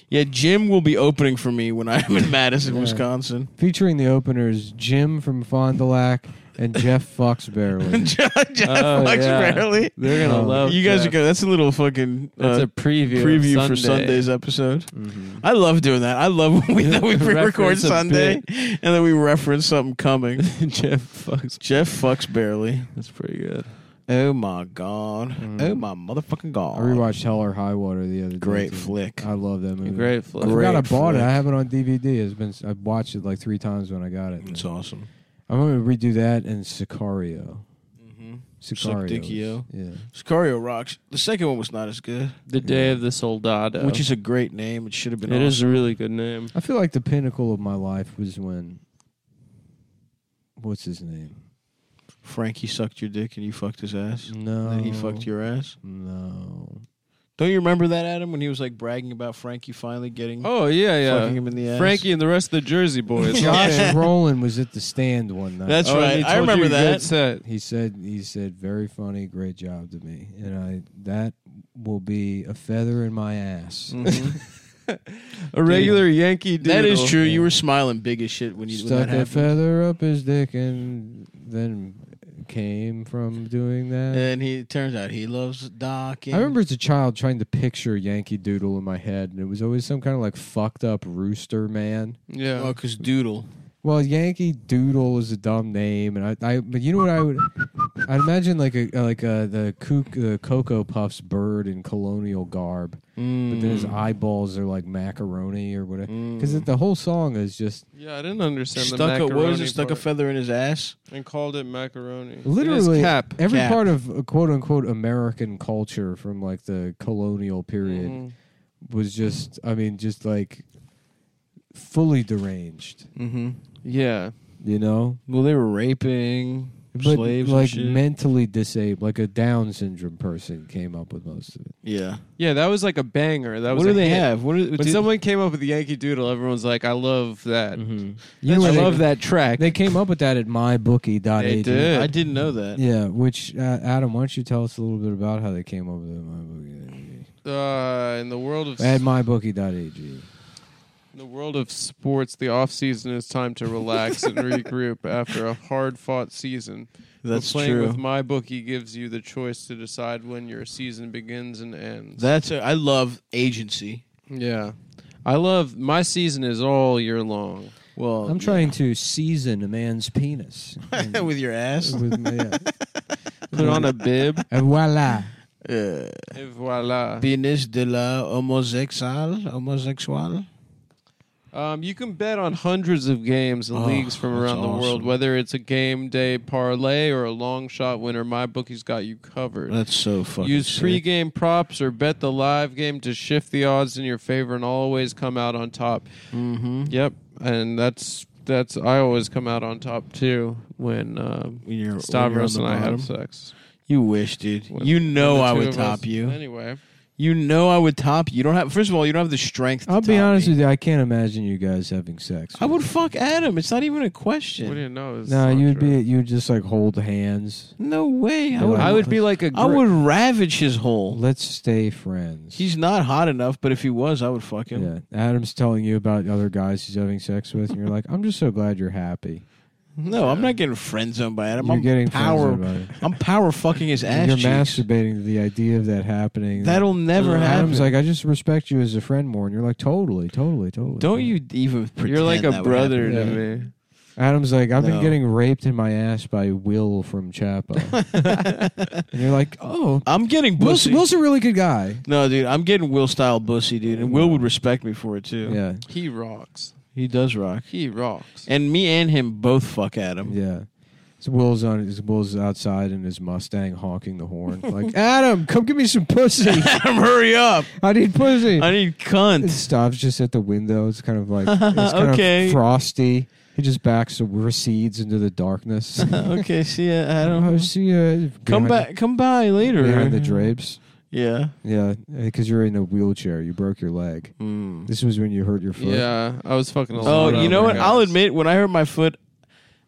Yeah, Jim will be opening for me when I'm in Madison, Wisconsin. Featuring the openers Jim from Fond du Lac and Jeff Foxbarrowley. Jeff Oh, Fox yeah. Rarely. They're gonna Oh. love Um, You guys are Jeff. good. That's a little fucking uh, That's a preview. of preview Sunday. for Mm-hmm. Sunday's episode. I love doing that. I love when we, that we pre-record Reference a Sunday and then we reference something coming. Jeff fucks. Jeff fucks barely. That's pretty good. Oh my god. Oh my motherfucking god. I rewatched Hell or High Water the other day. Great too. flick. I love that movie. Great I flip. forgot I Mm. Great bought it. flick. I have it on DVD. It's been I watched it like three times when I got it. It's awesome. I'm gonna redo that and Sicario. Mm-hmm. Sicario. is- Sicario. Yeah. Sicario rocks. The second one was not as good, The Day of the Soldado. which is a great name. It should have been. it is awesome. Mm. a really good name. I feel like the pinnacle of my life was when what's his name? Frankie sucked your dick and you fucked his ass. No. Then he fucked your ass. No. Don't you remember that, Adam, when he was like bragging about Frankie finally getting Oh yeah, yeah. fucking him in the ass? Frankie and the rest of the Jersey Boys. Josh Brolin was at the stand one night. That's Oh, right. and he I told you remember you that. got set. he said he said very funny, great job to me, and I that will be a feather in my ass. A regular Yankee dude. That is true. You were smiling big as shit when you when Stuck that that happened. feather up his dick and then came from doing that. And he it turns out he loves Doc. And I remember as a child trying to picture Yankee Doodle in my head, and it was always some kind of like fucked up rooster man. Yeah. Well, because Oh, Doodle. Well, Yankee Doodle is a dumb name, and I, I but you know what I would, I'd imagine like a like a, the kook, the Cocoa Puffs bird in colonial garb, but then his Mm. Mm. eyeballs are like macaroni or whatever, because the whole song is just Yeah, I didn't understand the Stuck a, macaroni. what was it? Stuck a part feather in his ass. and called it macaroni. In literally his cap. every Cap. part of uh, quote unquote American culture from like the colonial period Mm-hmm. was just, I mean, just like fully deranged, Mm-hmm. Yeah. you know. Well, they were raping But slaves. like and shit. mentally disabled, like a Down syndrome person came up with most of it. yeah. Yeah, that was like a banger. That What was do a they hit. have? What do, When someone came up with the Yankee Doodle, everyone's like, "I love that. You I know, they, love that track." They came up with that at mybookie.ag. They did. I didn't know that. Yeah, which uh, Adam, why don't you tell us a little bit about how they came up with it at mybookie.ag? Mm-hmm. uh, in the world of At mybookie.ag. in the world of sports, the off season is time to relax and regroup after a hard-fought season. But That's playing true. with my bookie gives you the choice to decide when your season begins and ends. That's a, I love agency. yeah, I love my season is all year long. Well, I'm trying to season a man's penis. And with your ass. with my- yeah. Put on a bib, And voila. Uh, et voila. penis de la homosexual, homosexual. Um, you can bet on hundreds of games and Oh, leagues from that's around the world, awesome. whether it's a game day parlay or a long shot winner. My bookie's got you covered. That's so fucking. Use sick. pregame props or bet the live game to shift the odds in your favor and always come out on top. Mm-hmm. Yep, and that's that's I always come out on top too when um, When you're- when Stavros you're and on the I have bottom. sex. You wish, dude. When- you when know the I two would of top us- you. Anyway, You know I would top you. You don't have. First of all, you don't have the strength. to I'll be top honest me. with you, I can't imagine you guys having sex. I would fuck Adam. It's not even a what do question. you know? It's No, not you would true. be you would just like hold hands. No way. I Yeah, would. I would be like a. I gr- would ravage his hole. Let's stay friends. He's not hot enough, but if he was, I would fuck him. Yeah. Adam's telling you about other guys he's having sex with, and you're like, I'm just so glad you're happy. No, I'm not getting friend zoned by Adam. You're I'm getting power. friends over it. I'm power fucking his ass. You're cheeks. masturbating to the idea of that happening. That'll never And happen. Adam's like, I just respect you as a friend more, and you're like, totally, totally, totally. Don't you even pretend You're like a that would brother to happen. me. Adam's like, I've No. been getting raped in my ass by Will from Chapo, and you're like, oh, happen. I'm getting Will's, bussy. Will's a really good guy. No, dude, I'm getting Will style bussy, dude, and Will would respect me for it too. Yeah, He rocks. He does rock. He rocks. And me and him both fuck Adam. yeah. So Will's on. Will's outside in his Mustang honking the horn, like, Adam, come give me some pussy. Adam, hurry up! I need pussy. I need It cunt. stops just at the window. It's kind of like it's kind Okay. of frosty. He just backs recedes into the darkness. okay, see ya, oh, Adam. see ya. Come behind- back. Come by later. behind the drapes. Yeah. Yeah, because you're in a wheelchair. You broke your leg. Mm. This was when you hurt your foot. Yeah, I was fucking. a lot Oh, you of know my what? I'll guys. admit, when I hurt my foot,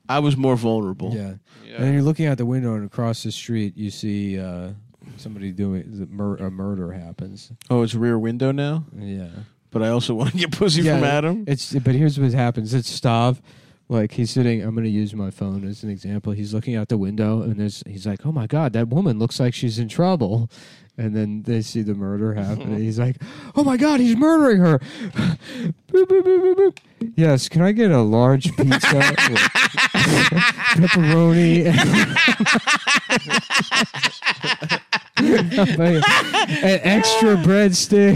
I was more vulnerable. yeah. And then Yeah. you're looking out the window, and across the street, you see uh, somebody doing the mur- a murder happens. Oh, it's rear window now. Yeah. But I also want to get pussy Yeah, from Adam. It's but here's what happens. It's Stav. Like he's sitting. I'm going to use my phone as an example. He's looking out the window, and there's. He's like, "Oh my god, that woman looks like she's in trouble." And then they see the murder happen. and he's like, "Oh my god, he's murdering her!" boop, boop, boop, boop, boop. Yes, can I get a large pizza with pepperoni? and extra breadsticks.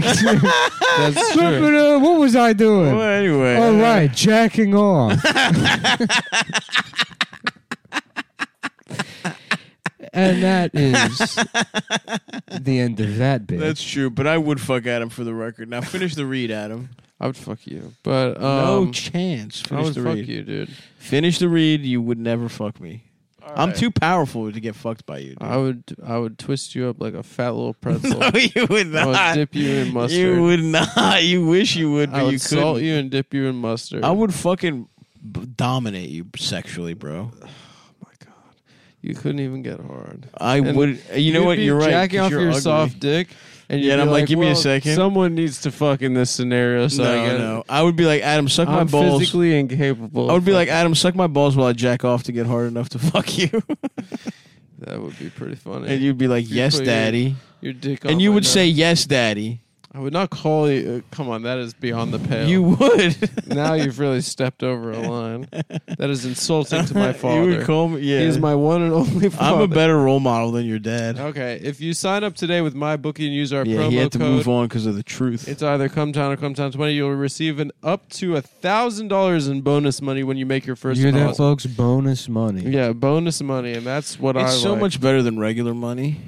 That's true. what was I doing? Well, anyway. All right, jacking off. and that is the end of that bit. That's true, but I would fuck Adam for the record. Now finish the read, Adam. I would fuck you, but no um, chance. I Finish would the fuck read. you, dude. Finish the read. You would never fuck me. I'm too powerful to get fucked by you. Dude. I would I would twist you up like a fat little pretzel. no, you would I would not. dip you in mustard. You would not. You wish you would, but I would you couldn't. salt you and dip you in mustard. I would fucking b- dominate you sexually, bro. You couldn't even get hard. I And would. You know You'd what? be You're right. Jacking 'cause off you're your ugly. soft dick. And Yeah, you'd and be I'm like, "Give me a "Well, second." Someone needs to fuck in this scenario. So no, I gotta- no. I would be like Adam, suck my I'm balls. physically incapable. I would of be like fucking. Adam, suck my balls while I jack off to get hard enough to fuck you. that would be pretty funny. and you'd be like, You'd yes, put your- daddy. your dick, on And you my would nut. say, yes, daddy. I would not call you. Uh, come on, that is beyond the pale. You would. now you've really stepped over a line. That is insulting to my father. You would call me. Yeah. He is my one and only I'm father. a better role model than your dad. Okay, if you sign up today with my bookie and use our yeah, promo he had to code, move on because of the truth. It's either come town or come town twenty. You'll receive an up to a thousand dollars in bonus money when you make your first you hear that, deposit. folks? Bonus money. Yeah, bonus money, and that's what I It's so like. much better than regular money.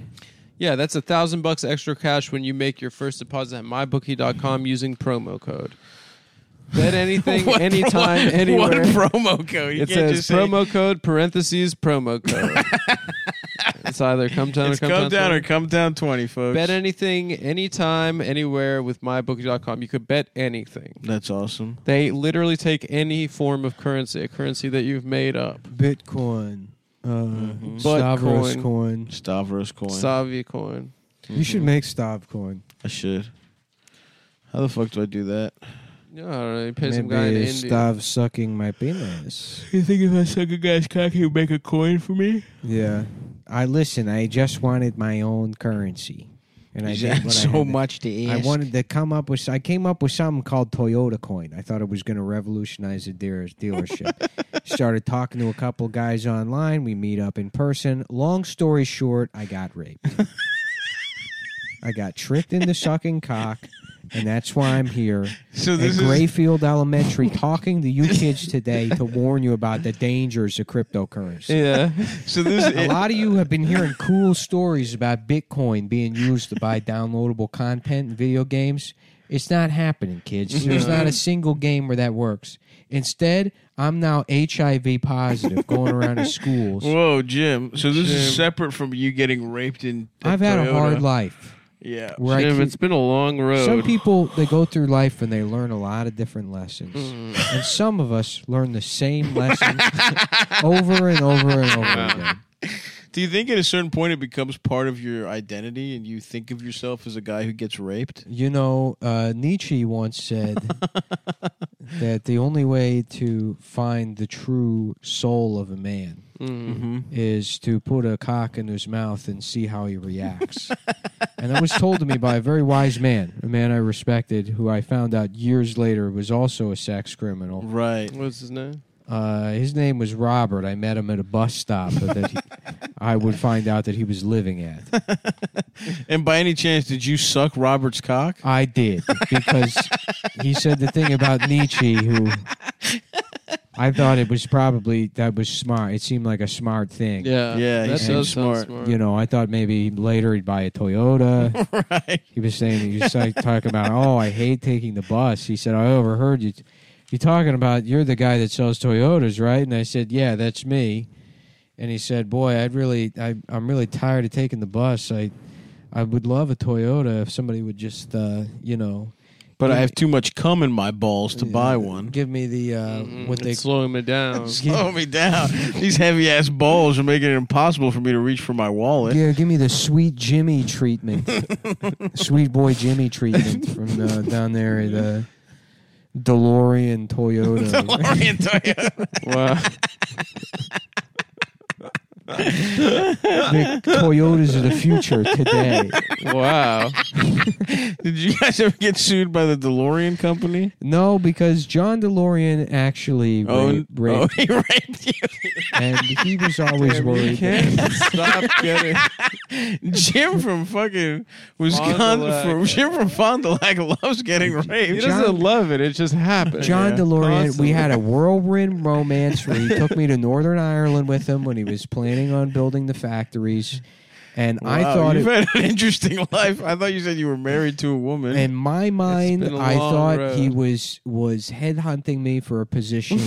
Yeah, that's a thousand bucks extra cash when you make your first deposit at mybookie.com using promo code. Bet anything, What anytime, pro- anywhere. What promo code? You it can't says just say, promo code parentheses promo code. it's either come town It's or come, come, down town or come down twenty, folks. Bet anything, anytime, anywhere with mybookie.com. You could bet anything. That's awesome. They literally take any form of currency, a currency that you've made up. Bitcoin. Uh, Stavros Buttcoin. coin. Stavros coin. Mm-hmm. Savvy coin. You should make Stavcoin. I should. How the fuck do I do that? Yeah, I don't know. You pay some guy in Maybe India. Stav sucking my penis. You think if I suck a guy's cock, he'll make a coin for me? Yeah. I listen, I just wanted my own currency. And I did what I so had to- much to I ask. wanted to come up with I came up with something called Toyota Coin. I thought it was going to revolutionize the dealers- dealership. Started talking to a couple guys online, we meet up in person. Long story short, I got raped. I got tricked into sucking cock. And that's why I'm here So at this is Grayfield Elementary talking to you kids today to warn you about the dangers of cryptocurrency. Yeah. so this A is lot of you have been hearing cool stories about Bitcoin being used to buy downloadable content in video games. It's not happening, kids. Mm-hmm. There's not a single game where that works. Instead, I'm now HIV positive going around to schools. Whoa, Jim. So this is separate from you getting raped in. at I've had a Toyota. hard life. Yeah. Where Jim, I it's been a long road. Some people they go through life and they learn a lot of different lessons, Mm. and some of us learn the same lessons over and over and over again. Do you think at a certain point it becomes part of your identity and you think of yourself as a guy who gets raped? You know, uh, Nietzsche once said that the only way to find the true soul of a man is to put a cock in his mouth and see how he reacts. and that was told to me by a very wise man, a man I respected, who I found out years later was also a sex criminal. Right. What's his name? Uh, his name was Robert. I met him at a bus stop that he, I would find out that he was living at. And by any chance, did you suck Robert's cock? I did because he said the thing about Nietzsche, who I thought it was probably that was smart. It seemed like a smart thing. Yeah. Yeah, he That seems does sound smart. smart. You know, I thought maybe later he'd buy a Toyota. right. He was saying he was like, talking about, oh, I hate taking the bus. He said, I overheard you, you talking about you're the guy that sells Toyotas, right? And I said, yeah, that's me. And he said, boy, I'd really, I, I'm really tired of taking the bus. I, I would love a Toyota if somebody would just, uh, you know, But I have too much cum in my balls to buy one. give me the uh, what they Mm-hmm. It's slowing me down. Slow me down. These heavy ass balls are making it impossible for me to reach for my wallet. Yeah, give me the sweet Jimmy treatment, sweet boy Jimmy treatment from uh, down there at uh, DeLorean Toyota. DeLorean Toyota. wow. the Toyotas of the future today. Wow. Did you guys ever get sued by the DeLorean company? No, because John DeLorean actually Oh, raped, raped he raped you. and he was always worried. that- Stop getting. Jim from fucking Fond Wisconsin, du Lac. from, Jim from Fond du Lac loves getting He raped. doesn't John- love it. It just happens. John DeLorean, Constantly. we had a whirlwind romance where he took me to Northern Ireland with him when he was planning on building the factories. And I Wow, thought, you've it, had an interesting life. I thought you said you were married to a woman. in my mind, been a I long thought road. he was was headhunting me for a position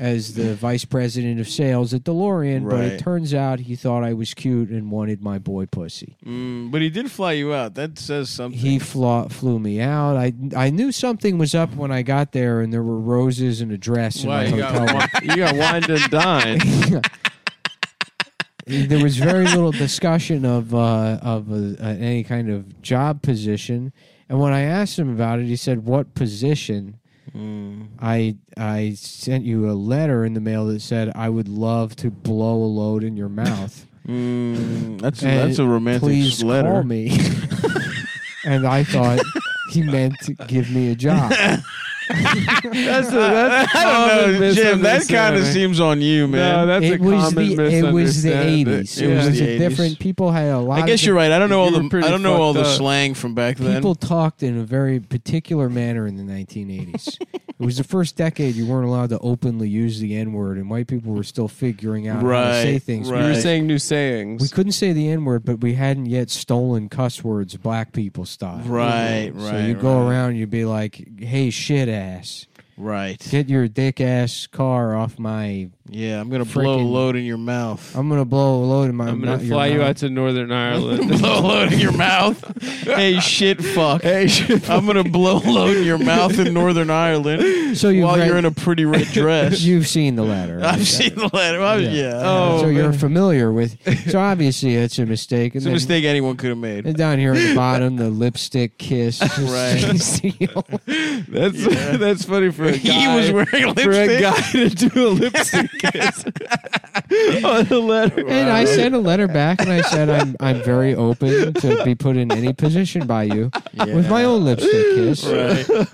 as the vice president of sales at DeLorean. But Right. it turns out he thought I was cute and wanted my boy pussy. Mm-hmm. Mm, but he did fly you out. That says something. He flew, flew me out. I I knew something was up when I got there, and there were roses and a dress in Wow, my you hotel room. got, you got wined and dined. there was very little discussion of uh, of uh, uh, any kind of job position. And when I asked him about it, he said, "What position?" Mm, I I sent you a letter in the mail that said, "I would love to blow a load in your mouth." Mm, that's And that's a romantic Please letter. call me. and I thought he meant to give me a job. That's a, that's I don't common know, Jim. That kind of misunderstanding. seems on you, No, man. that's a it was common the it was the misunderstanding. eighties. It Yeah. was, the a 80s. different people had a lot. I of guess di- you're right. I don't know all You were the pretty I don't know all the fucked up. slang from back then. People talked in a very particular manner in the 1980s. it was the first decade you weren't allowed to openly use the N word, and white people were still figuring out how to Right, say things. right. You were Right. saying new We sayings. couldn't say the N word, but we hadn't yet stolen cuss words black people style. right, right. So you right, go around, you'd be like, "Hey, shit ass, Right. get your dick ass car off my! Yeah, I'm gonna blow a Frickin- load in your mouth. I'm gonna blow a load in my. I'm gonna mou- your fly you mouth." out to Northern Ireland. blow a load in your mouth. hey, shit, fuck. Hey, shit. I'm gonna blow a load in your mouth in Northern Ireland So you've while read- you're in a pretty red dress. You've seen the letter. right? I've seen the letter. I was- yeah. Oh, so you're familiar with. So obviously, it's a mistake. it's a mistake anyone could have made. And down here at the bottom, the lipstick kiss. Right. seal. that's that's funny for a guy. he was wearing for a lipstick. guy to do a lipstick kiss on the letter. And I sent a letter back and I said, I'm, I'm very open to be put in any position by you with my own lipstick kiss.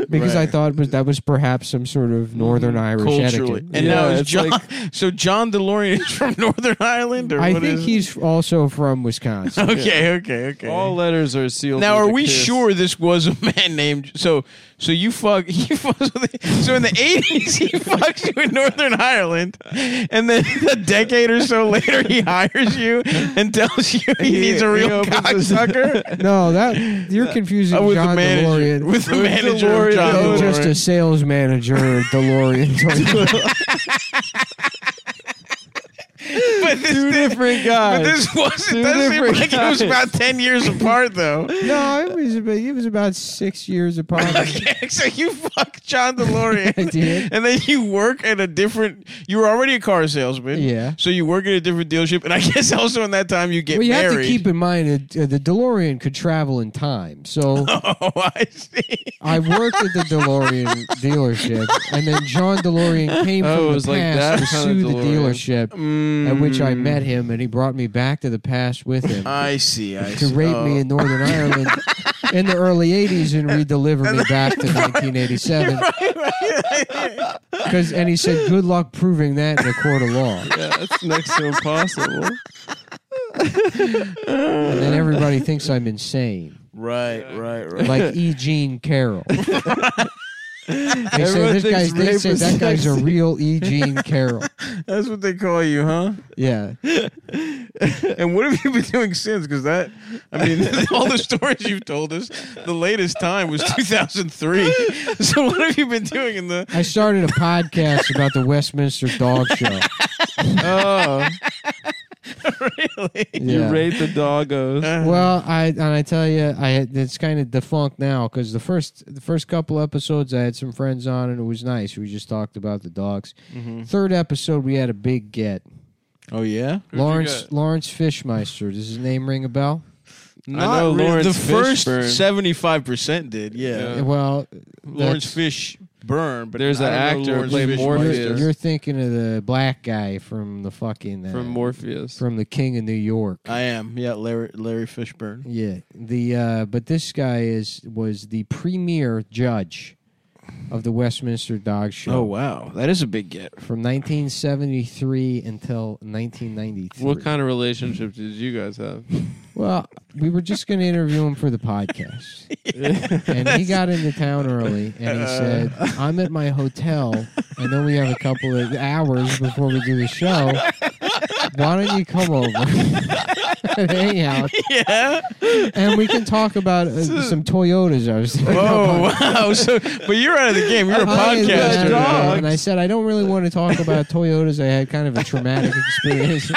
Because I thought it was, that was perhaps some sort of Northern Irish Mm-hmm. culturally. etiquette. And Yeah, now it's it's John. like- so John DeLorean is from Northern Ireland, or I what think is it? he's also from Wisconsin. Okay, okay, okay. All letters are sealed. now, with are a we kiss. sure this was a man named? So, so you fuck, you fuck. So in the eighties, he fucks you in Northern Ireland, and then a decade or so later, he hires you and tells you he, needs a real cocksucker No, that you're confusing Uh, with the John manager, DeLorean. with the manager of DeLorean. John with just a DeLorean. sales manager DeLorean. But this Two did- different But guys. this wasn't. That seemed different like it was guys. about ten years apart, though. no, it was about, it was about six years apart. Okay, so you fuck John DeLorean. I did. And then you work at a different. You were already a car salesman. Yeah. So you work at a different dealership, and I guess also in that time you get well, you married. have to keep in mind that uh, the DeLorean could travel in time. So Oh, I see. I worked at the DeLorean dealership, and then John DeLorean came Oh, from it the was like that past to kind of sue the DeLorean. dealership, Mm. at which I met him, and he brought me back to the past with him Hmm. I see. I to see. rape Oh. me in Northern Ireland in the early '80s and re-deliver me back to 1987. Because and he said, "Good luck proving that in a court of law." Yeah, that's next to impossible. And then everybody thinks I'm insane. Right, right, right. like E. Jean Carroll. they say Everyone this thinks guy's, they rape say is that guy's a sexy. real E. Jean Carroll. That's what they call you, huh? Yeah. And what have you been doing since? Because that, I mean, all the stories you've told us, the latest time was 2003. So what have you been doing in the? I started a podcast about the Westminster Dog Show. Oh, Really? Yeah. you rate the Uh, doggos. Well, I and I tell you, I had- it's kind of defunct now because the first the first couple episodes I had some friends on and it was nice. We just talked about the dogs. Mm-hmm. Third episode we had a big get. Oh yeah. Lawrence get? Lawrence Fishmeister. Does his name ring a bell? I know really. Lawrence the first Fishburne. seventy-five percent did. Yeah, Yeah. Well, Lawrence that's- Fish burn. But There's I that don't know actor who Lawrence played Fishburne. Morpheus. You're, you're thinking of the black guy from the fucking uh, From Morpheus. from the King of New York. I am. Yeah, Larry Larry Fishburne. yeah, the uh, but this guy is was the premier judge of the Westminster Dog Show Oh wow, that is a big get. from 1973 until 1993. What kind of relationship did you guys have? Well, we were just going to interview him for the podcast. and he got into town early and Uh-huh. he said, I'm at my hotel. I know we have a couple of hours before we do the show. Why don't you come over and hang out? Yeah. And we can talk about uh, some Toyotas. I was thinking about." Whoa, Oh, wow. So, but you're out of the game. You're a I am podcaster. that now. dog. And I said, I don't really want to talk about Toyotas. I had kind of a traumatic experience.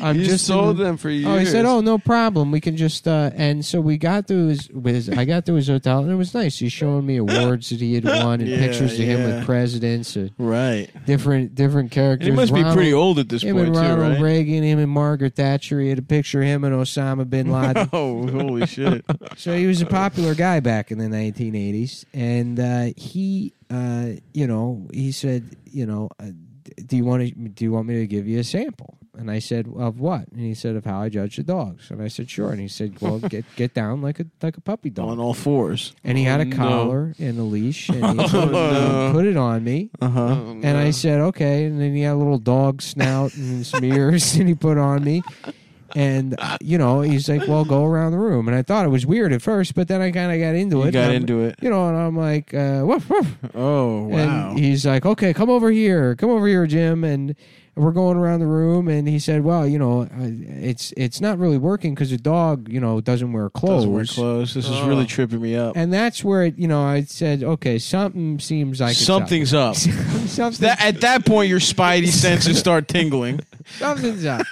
I'm You just sold in the- them for years. Oh, he said, "Oh, no problem. We can just." Uh, and so we got to his, with his. I got to his hotel, and it was nice. He's showing me awards that he had won, and Yeah, pictures of him yeah. with presidents, and Right. different different characters. And he must be Ronald- pretty old at this Him point, and too, Ronald right? Reagan, him and Margaret Thatcher. He had a picture of him and Osama bin Laden. Oh, holy shit. So he was a popular guy back in the 1980s, and uh, he, uh, you know, he said, you know, uh, d- do you want to, do you want me to give you a sample? And I said, of what? And he said, of how I judge the dogs. And I said, sure. And he said, well, get get down like a like a puppy On dog. all fours. And he had a Oh, No. Oh, collar and a leash, and he put, no. put it on me. Uh Uh-huh. huh. And I said, okay. And then he had a little dog snout and some ears and he put on me. And, uh, you know, he's like, well, go around the room. And I thought it was weird at first, but then I kind of got into it. You and got I'm- into it. You know, and I'm like, uh, woof, woof. Oh, wow. And he's like, okay, come over here. Come over here, Jim. And we're going around the room. And he said, well, you know, uh, it's it's not really working because the dog, you know, doesn't wear clothes. Those were close. This is really tripping me up. And that's where, it, you know, I said, okay, something seems like it's up. Something's up. Something's That, at that point, your spidey senses start tingling. something's up.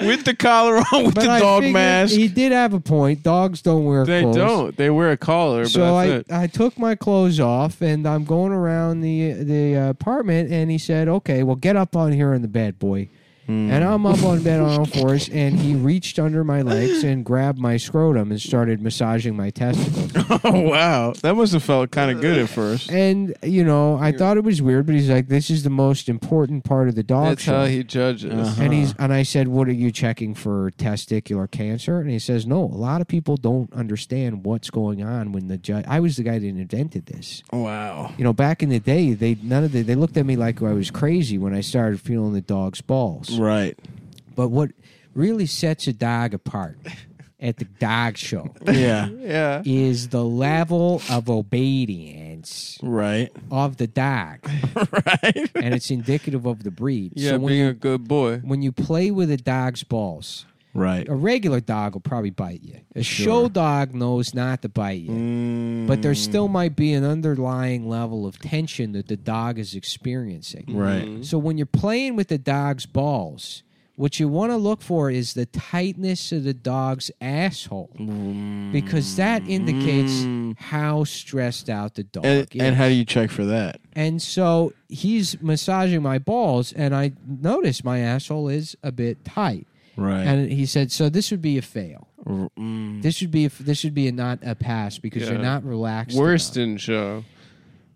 With the collar on, with But the I dog figured mask. He did have a point. Dogs don't wear They clothes. don't. They wear a collar, but So I, that's I took my clothes off and I'm going around the the apartment and he said, "Okay, well get up on here on the bed, boy." Hmm. And I'm up on bed on all fours and he reached under my legs and grabbed my scrotum and started massaging my testicles. oh, wow. That must have felt kind of good at first. and you know, I thought it was weird, but he's like, "This is the most important part of the it. dog That's show." how he judges. Uh-huh. And he's and I said, "What are you checking for testicular cancer?" And he says, "No, a lot of people don't understand what's going on when the judge. I was the guy that invented this. Wow. You know, back in the day, they none of the, they looked at me like I was crazy when I started feeling the dog's balls. Right. But what really sets a dog apart at the dog show Yeah. Yeah. is the level of obedience Right. of the dog, Right. and it's indicative of the breed. Yeah, so when being you, a good boy. when you play with a dog's balls. Right. a regular dog will probably bite you. A show dog knows not to bite you. But Mm. there still might be an underlying level of tension that the dog is experiencing. Right. So when you're playing with the dog's balls, what you want to look for is the tightness of the dog's asshole because that indicates how stressed out the dog Mm. And, is. and how do you check for that? And so he's massaging my balls, and I notice my asshole is a bit tight. Right. And he said, "So this would be a fail. This would be a, this should be a not a pass because you're Yeah. not relaxed. Worst enough." in show.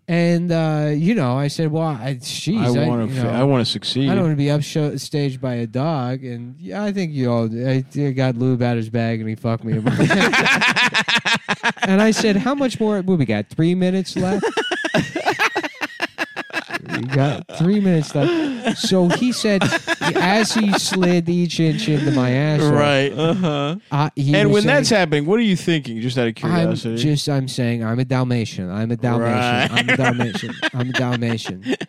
And uh, you know, I said, "Well, I, geez, I want you to. know, I want to succeed. I don't want to be up show, staged by a dog." And yeah, I think you all. I, I got lube out his bag, and he fucked me. and I said, "How much more? Well, we got three minutes left." We got three minutes left. So he said, as he slid each inch into my ass, Right. Uh-huh. Uh, he and was when saying, that's happening, what are you thinking? Just out of I'm curiosity. just I'm saying I'm a Dalmatian. I'm a Dalmatian. Right, I'm a Dalmatian. I'm a Dalmatian.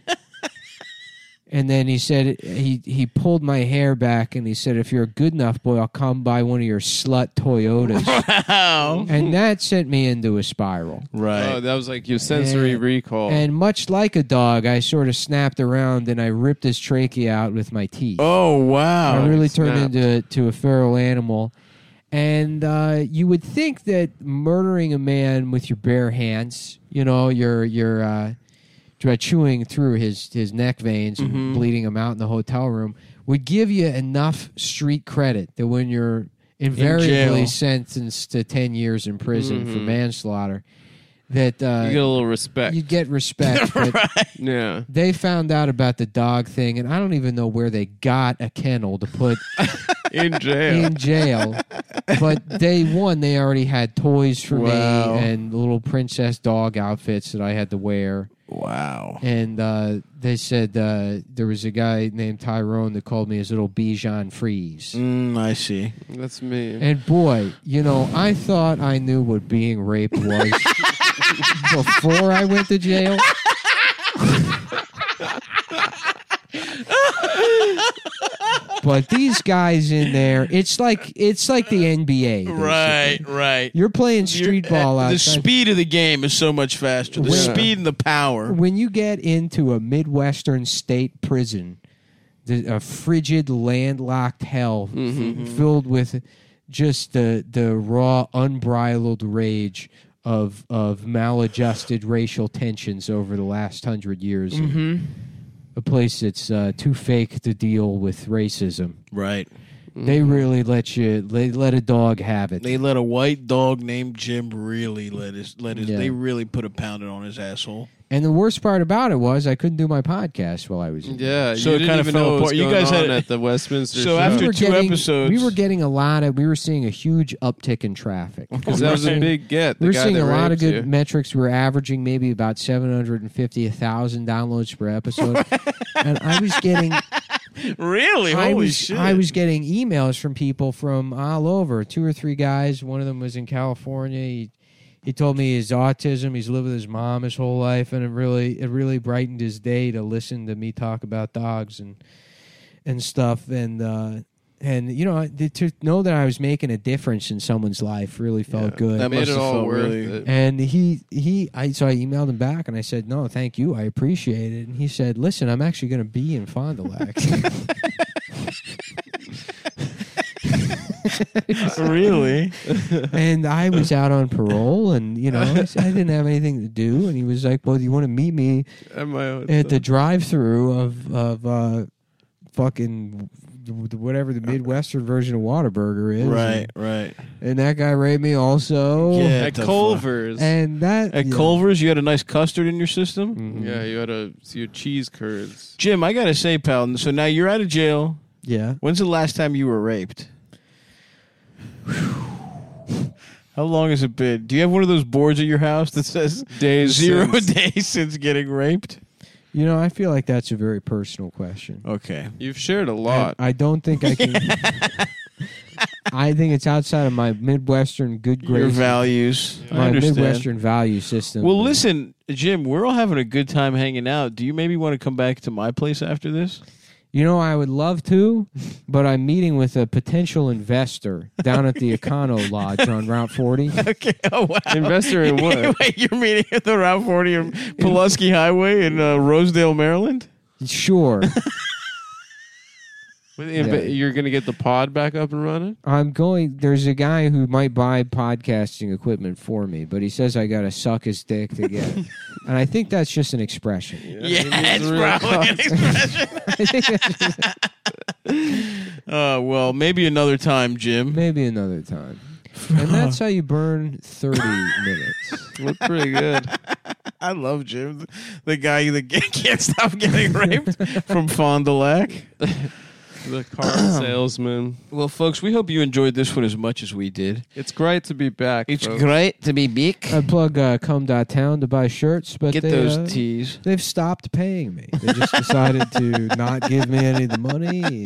And then he said he he pulled my hair back and he said, "If you're a good enough boy, I'll come buy one of your slut Toyotas." Ow. and that sent me into a spiral. Oh, Right. that was like your sensory And- Oh. recall. And much like a dog, I sort of snapped around and I ripped his trachea out with my teeth. Oh wow. I really turned snapped. into to a feral animal. And uh, you would think that murdering a man with your bare hands, you know, your your uh, by chewing through his his neck veins and bleeding him out in the hotel room, would give you enough street credit that when you're invariably jail. sentenced to ten years in prison for manslaughter, that uh, you get a little respect. you'd get respect. but yeah. they found out about the dog thing, and I don't even know where they got a kennel to put in jail. in jail. but day one, they already had toys for Wow. me and little princess dog outfits that I had to wear. Wow. And uh, they said uh, there was a guy named Tyrone that called me his little Bichon Freeze. Mm, I see. That's me. And boy, you know, I thought I knew what being raped was before I went to jail. but these guys in there, it's like it's like the NBA. basically. Right, right. You're playing street ball The outside. speed of the game is so much faster. The Where- speed and the power. when you get into a midwestern state prison, the, a frigid, landlocked hell f- filled with just the the raw, unbridled rage of of maladjusted racial tensions over the last hundred years. A place that's uh, too fake to deal with racism. Right. They really let you. They let a dog have it. They let a white dog named Jim really let his let his. Yeah. They really put a pounding on his asshole. and the worst part about it was I couldn't do my podcast while I was. In there. Yeah, So you it didn't kinda even fell know what was apart. You going guys had- on at the Westminster. So show. after- were two getting- episodes- we were getting a lot of. We were seeing a huge uptick in traffic. 'Cause that was a big get. The we were guy seeing that a lot of raped good you. metrics. We were averaging maybe about seven hundred and fifty thousand downloads per episode, and I was getting, Really? I Holy was, shit! I was getting emails from people from all over. Two or three guys. One of them was in California. He, he told me his autism. He's lived with his mom his whole life, and it really, it really brightened his day to listen to me talk about dogs and and stuff and uh and you know th- to know that i was making a difference in someone's life really felt good That made must it have all felt worth really- it. and he he i so i emailed him back and i said no thank you i appreciate it and he said listen i'm actually going to be in fond du lac really. and i was out on parole and you know i didn't have anything to do and he was like well do you want to meet me At my own at the drive-through of of uh fucking whatever the midwestern version of Whataburger is Right, right. and that guy raped me also Yeah. At the fu- Culver's. and that At yeah. Mm. Culver's, you had a nice custard in your system. Yeah, you had a so your cheese curds. Jim, I gotta say, pal. So now you're out of jail. yeah When's the last time you were raped? How long has it been? Do you have one of those boards at your house that says Days zero since. days since getting raped? You know, I feel like that's a very personal question. Okay. You've shared a lot. I don't think I can. I think it's outside of my Midwestern good Your grace, values. I my understand. Midwestern value system. Well, listen, Jim, we're all having a good time hanging out. Do you maybe want to come back to my place after this? You know, I would love to, but I'm meeting with a potential investor down at the Econo Lodge on Route 40. Okay. Oh, wow. Investor in what? Wait, you're meeting at the Route 40 of Pulaski Highway in uh, Rosedale, Maryland? Sure, With- but You're gonna get the pod back up and running. I'm going. There's a guy who might buy podcasting equipment for me, but he says I got to suck his dick to get it, and I think that's just an expression. Yeah, it's probably an expression. uh, well, maybe another time, Jim. Maybe another time. And that's how you burn 30 minutes. Look pretty good. I love Jim, the guy that can't stop getting raped from Fond du Lac. The car salesman. Well, folks, we hope you enjoyed this one as much as we did. It's great to be back. folks. great to be big. I plug uh, come.town to buy shirts, but Get they, those uh, teas. they've stopped paying me. They just decided to not give me any of the money.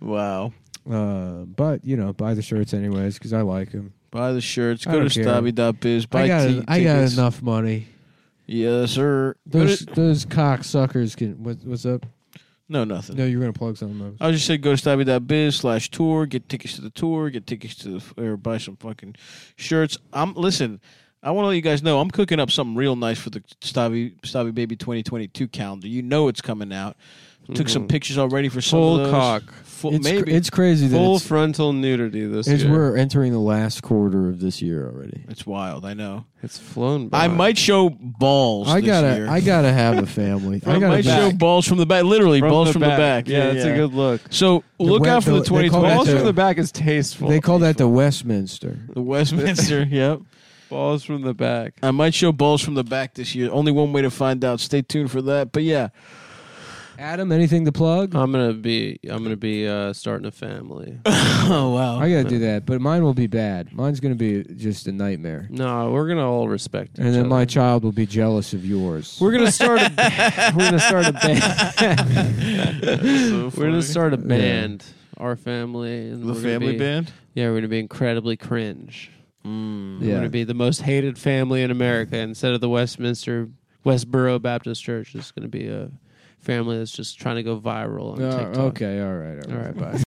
Wow. Uh, but, you know, buy the shirts anyways because I like them. Buy the shirts. I Go to don't care. stabby.biz. Buy I got, tea I got tickets. enough money. Yes, sir. Those those cocksuckers can. What, what's up? No, nothing. No, you were going to plug something up. I just said go to stabby.biz slash tour, get tickets to the tour, get tickets to the, or buy some fucking shirts. I'm listen. I want to let you guys know I'm cooking up something real nice for the Stabby Stabby Baby 2022 calendar. You know it's coming out. Took some pictures already for some Mm-hmm. Full of those. cock. Full, it's, cr- maybe it's crazy that Full it's, frontal nudity this As year. we're entering the last quarter of this year already. it's wild. I know. It's flown by. I might show balls. I this gotta, year. I gotta have a family. I I gotta might show balls from the back. Literally balls from the back. Yeah, that's a good look. So look web- out for the, the- they call 2022. that Balls the- from the back is tasteful. They call that the Westminster. the Westminster. yep. balls from the back. I might show balls from the back this year. Only one way to find out. Stay tuned for that. But yeah, Adam, anything to plug? I'm gonna be I'm gonna be uh, starting a family. Oh wow. I gotta do that, but mine will be bad. Mine's gonna be just a nightmare, no, we're gonna all respect. and each then other. my child will be jealous of yours. We're gonna start. A, we're gonna start a band. we're gonna start a band. Our family, and The we're gonna family be- band. Yeah, we're gonna be incredibly cringe. We're yeah. gonna be the most hated family in America. Instead of the Westminster Westboro Baptist Church, it's gonna be a family that's just trying to go viral on Uh, TikTok. okay, all right, all right. All right, bye.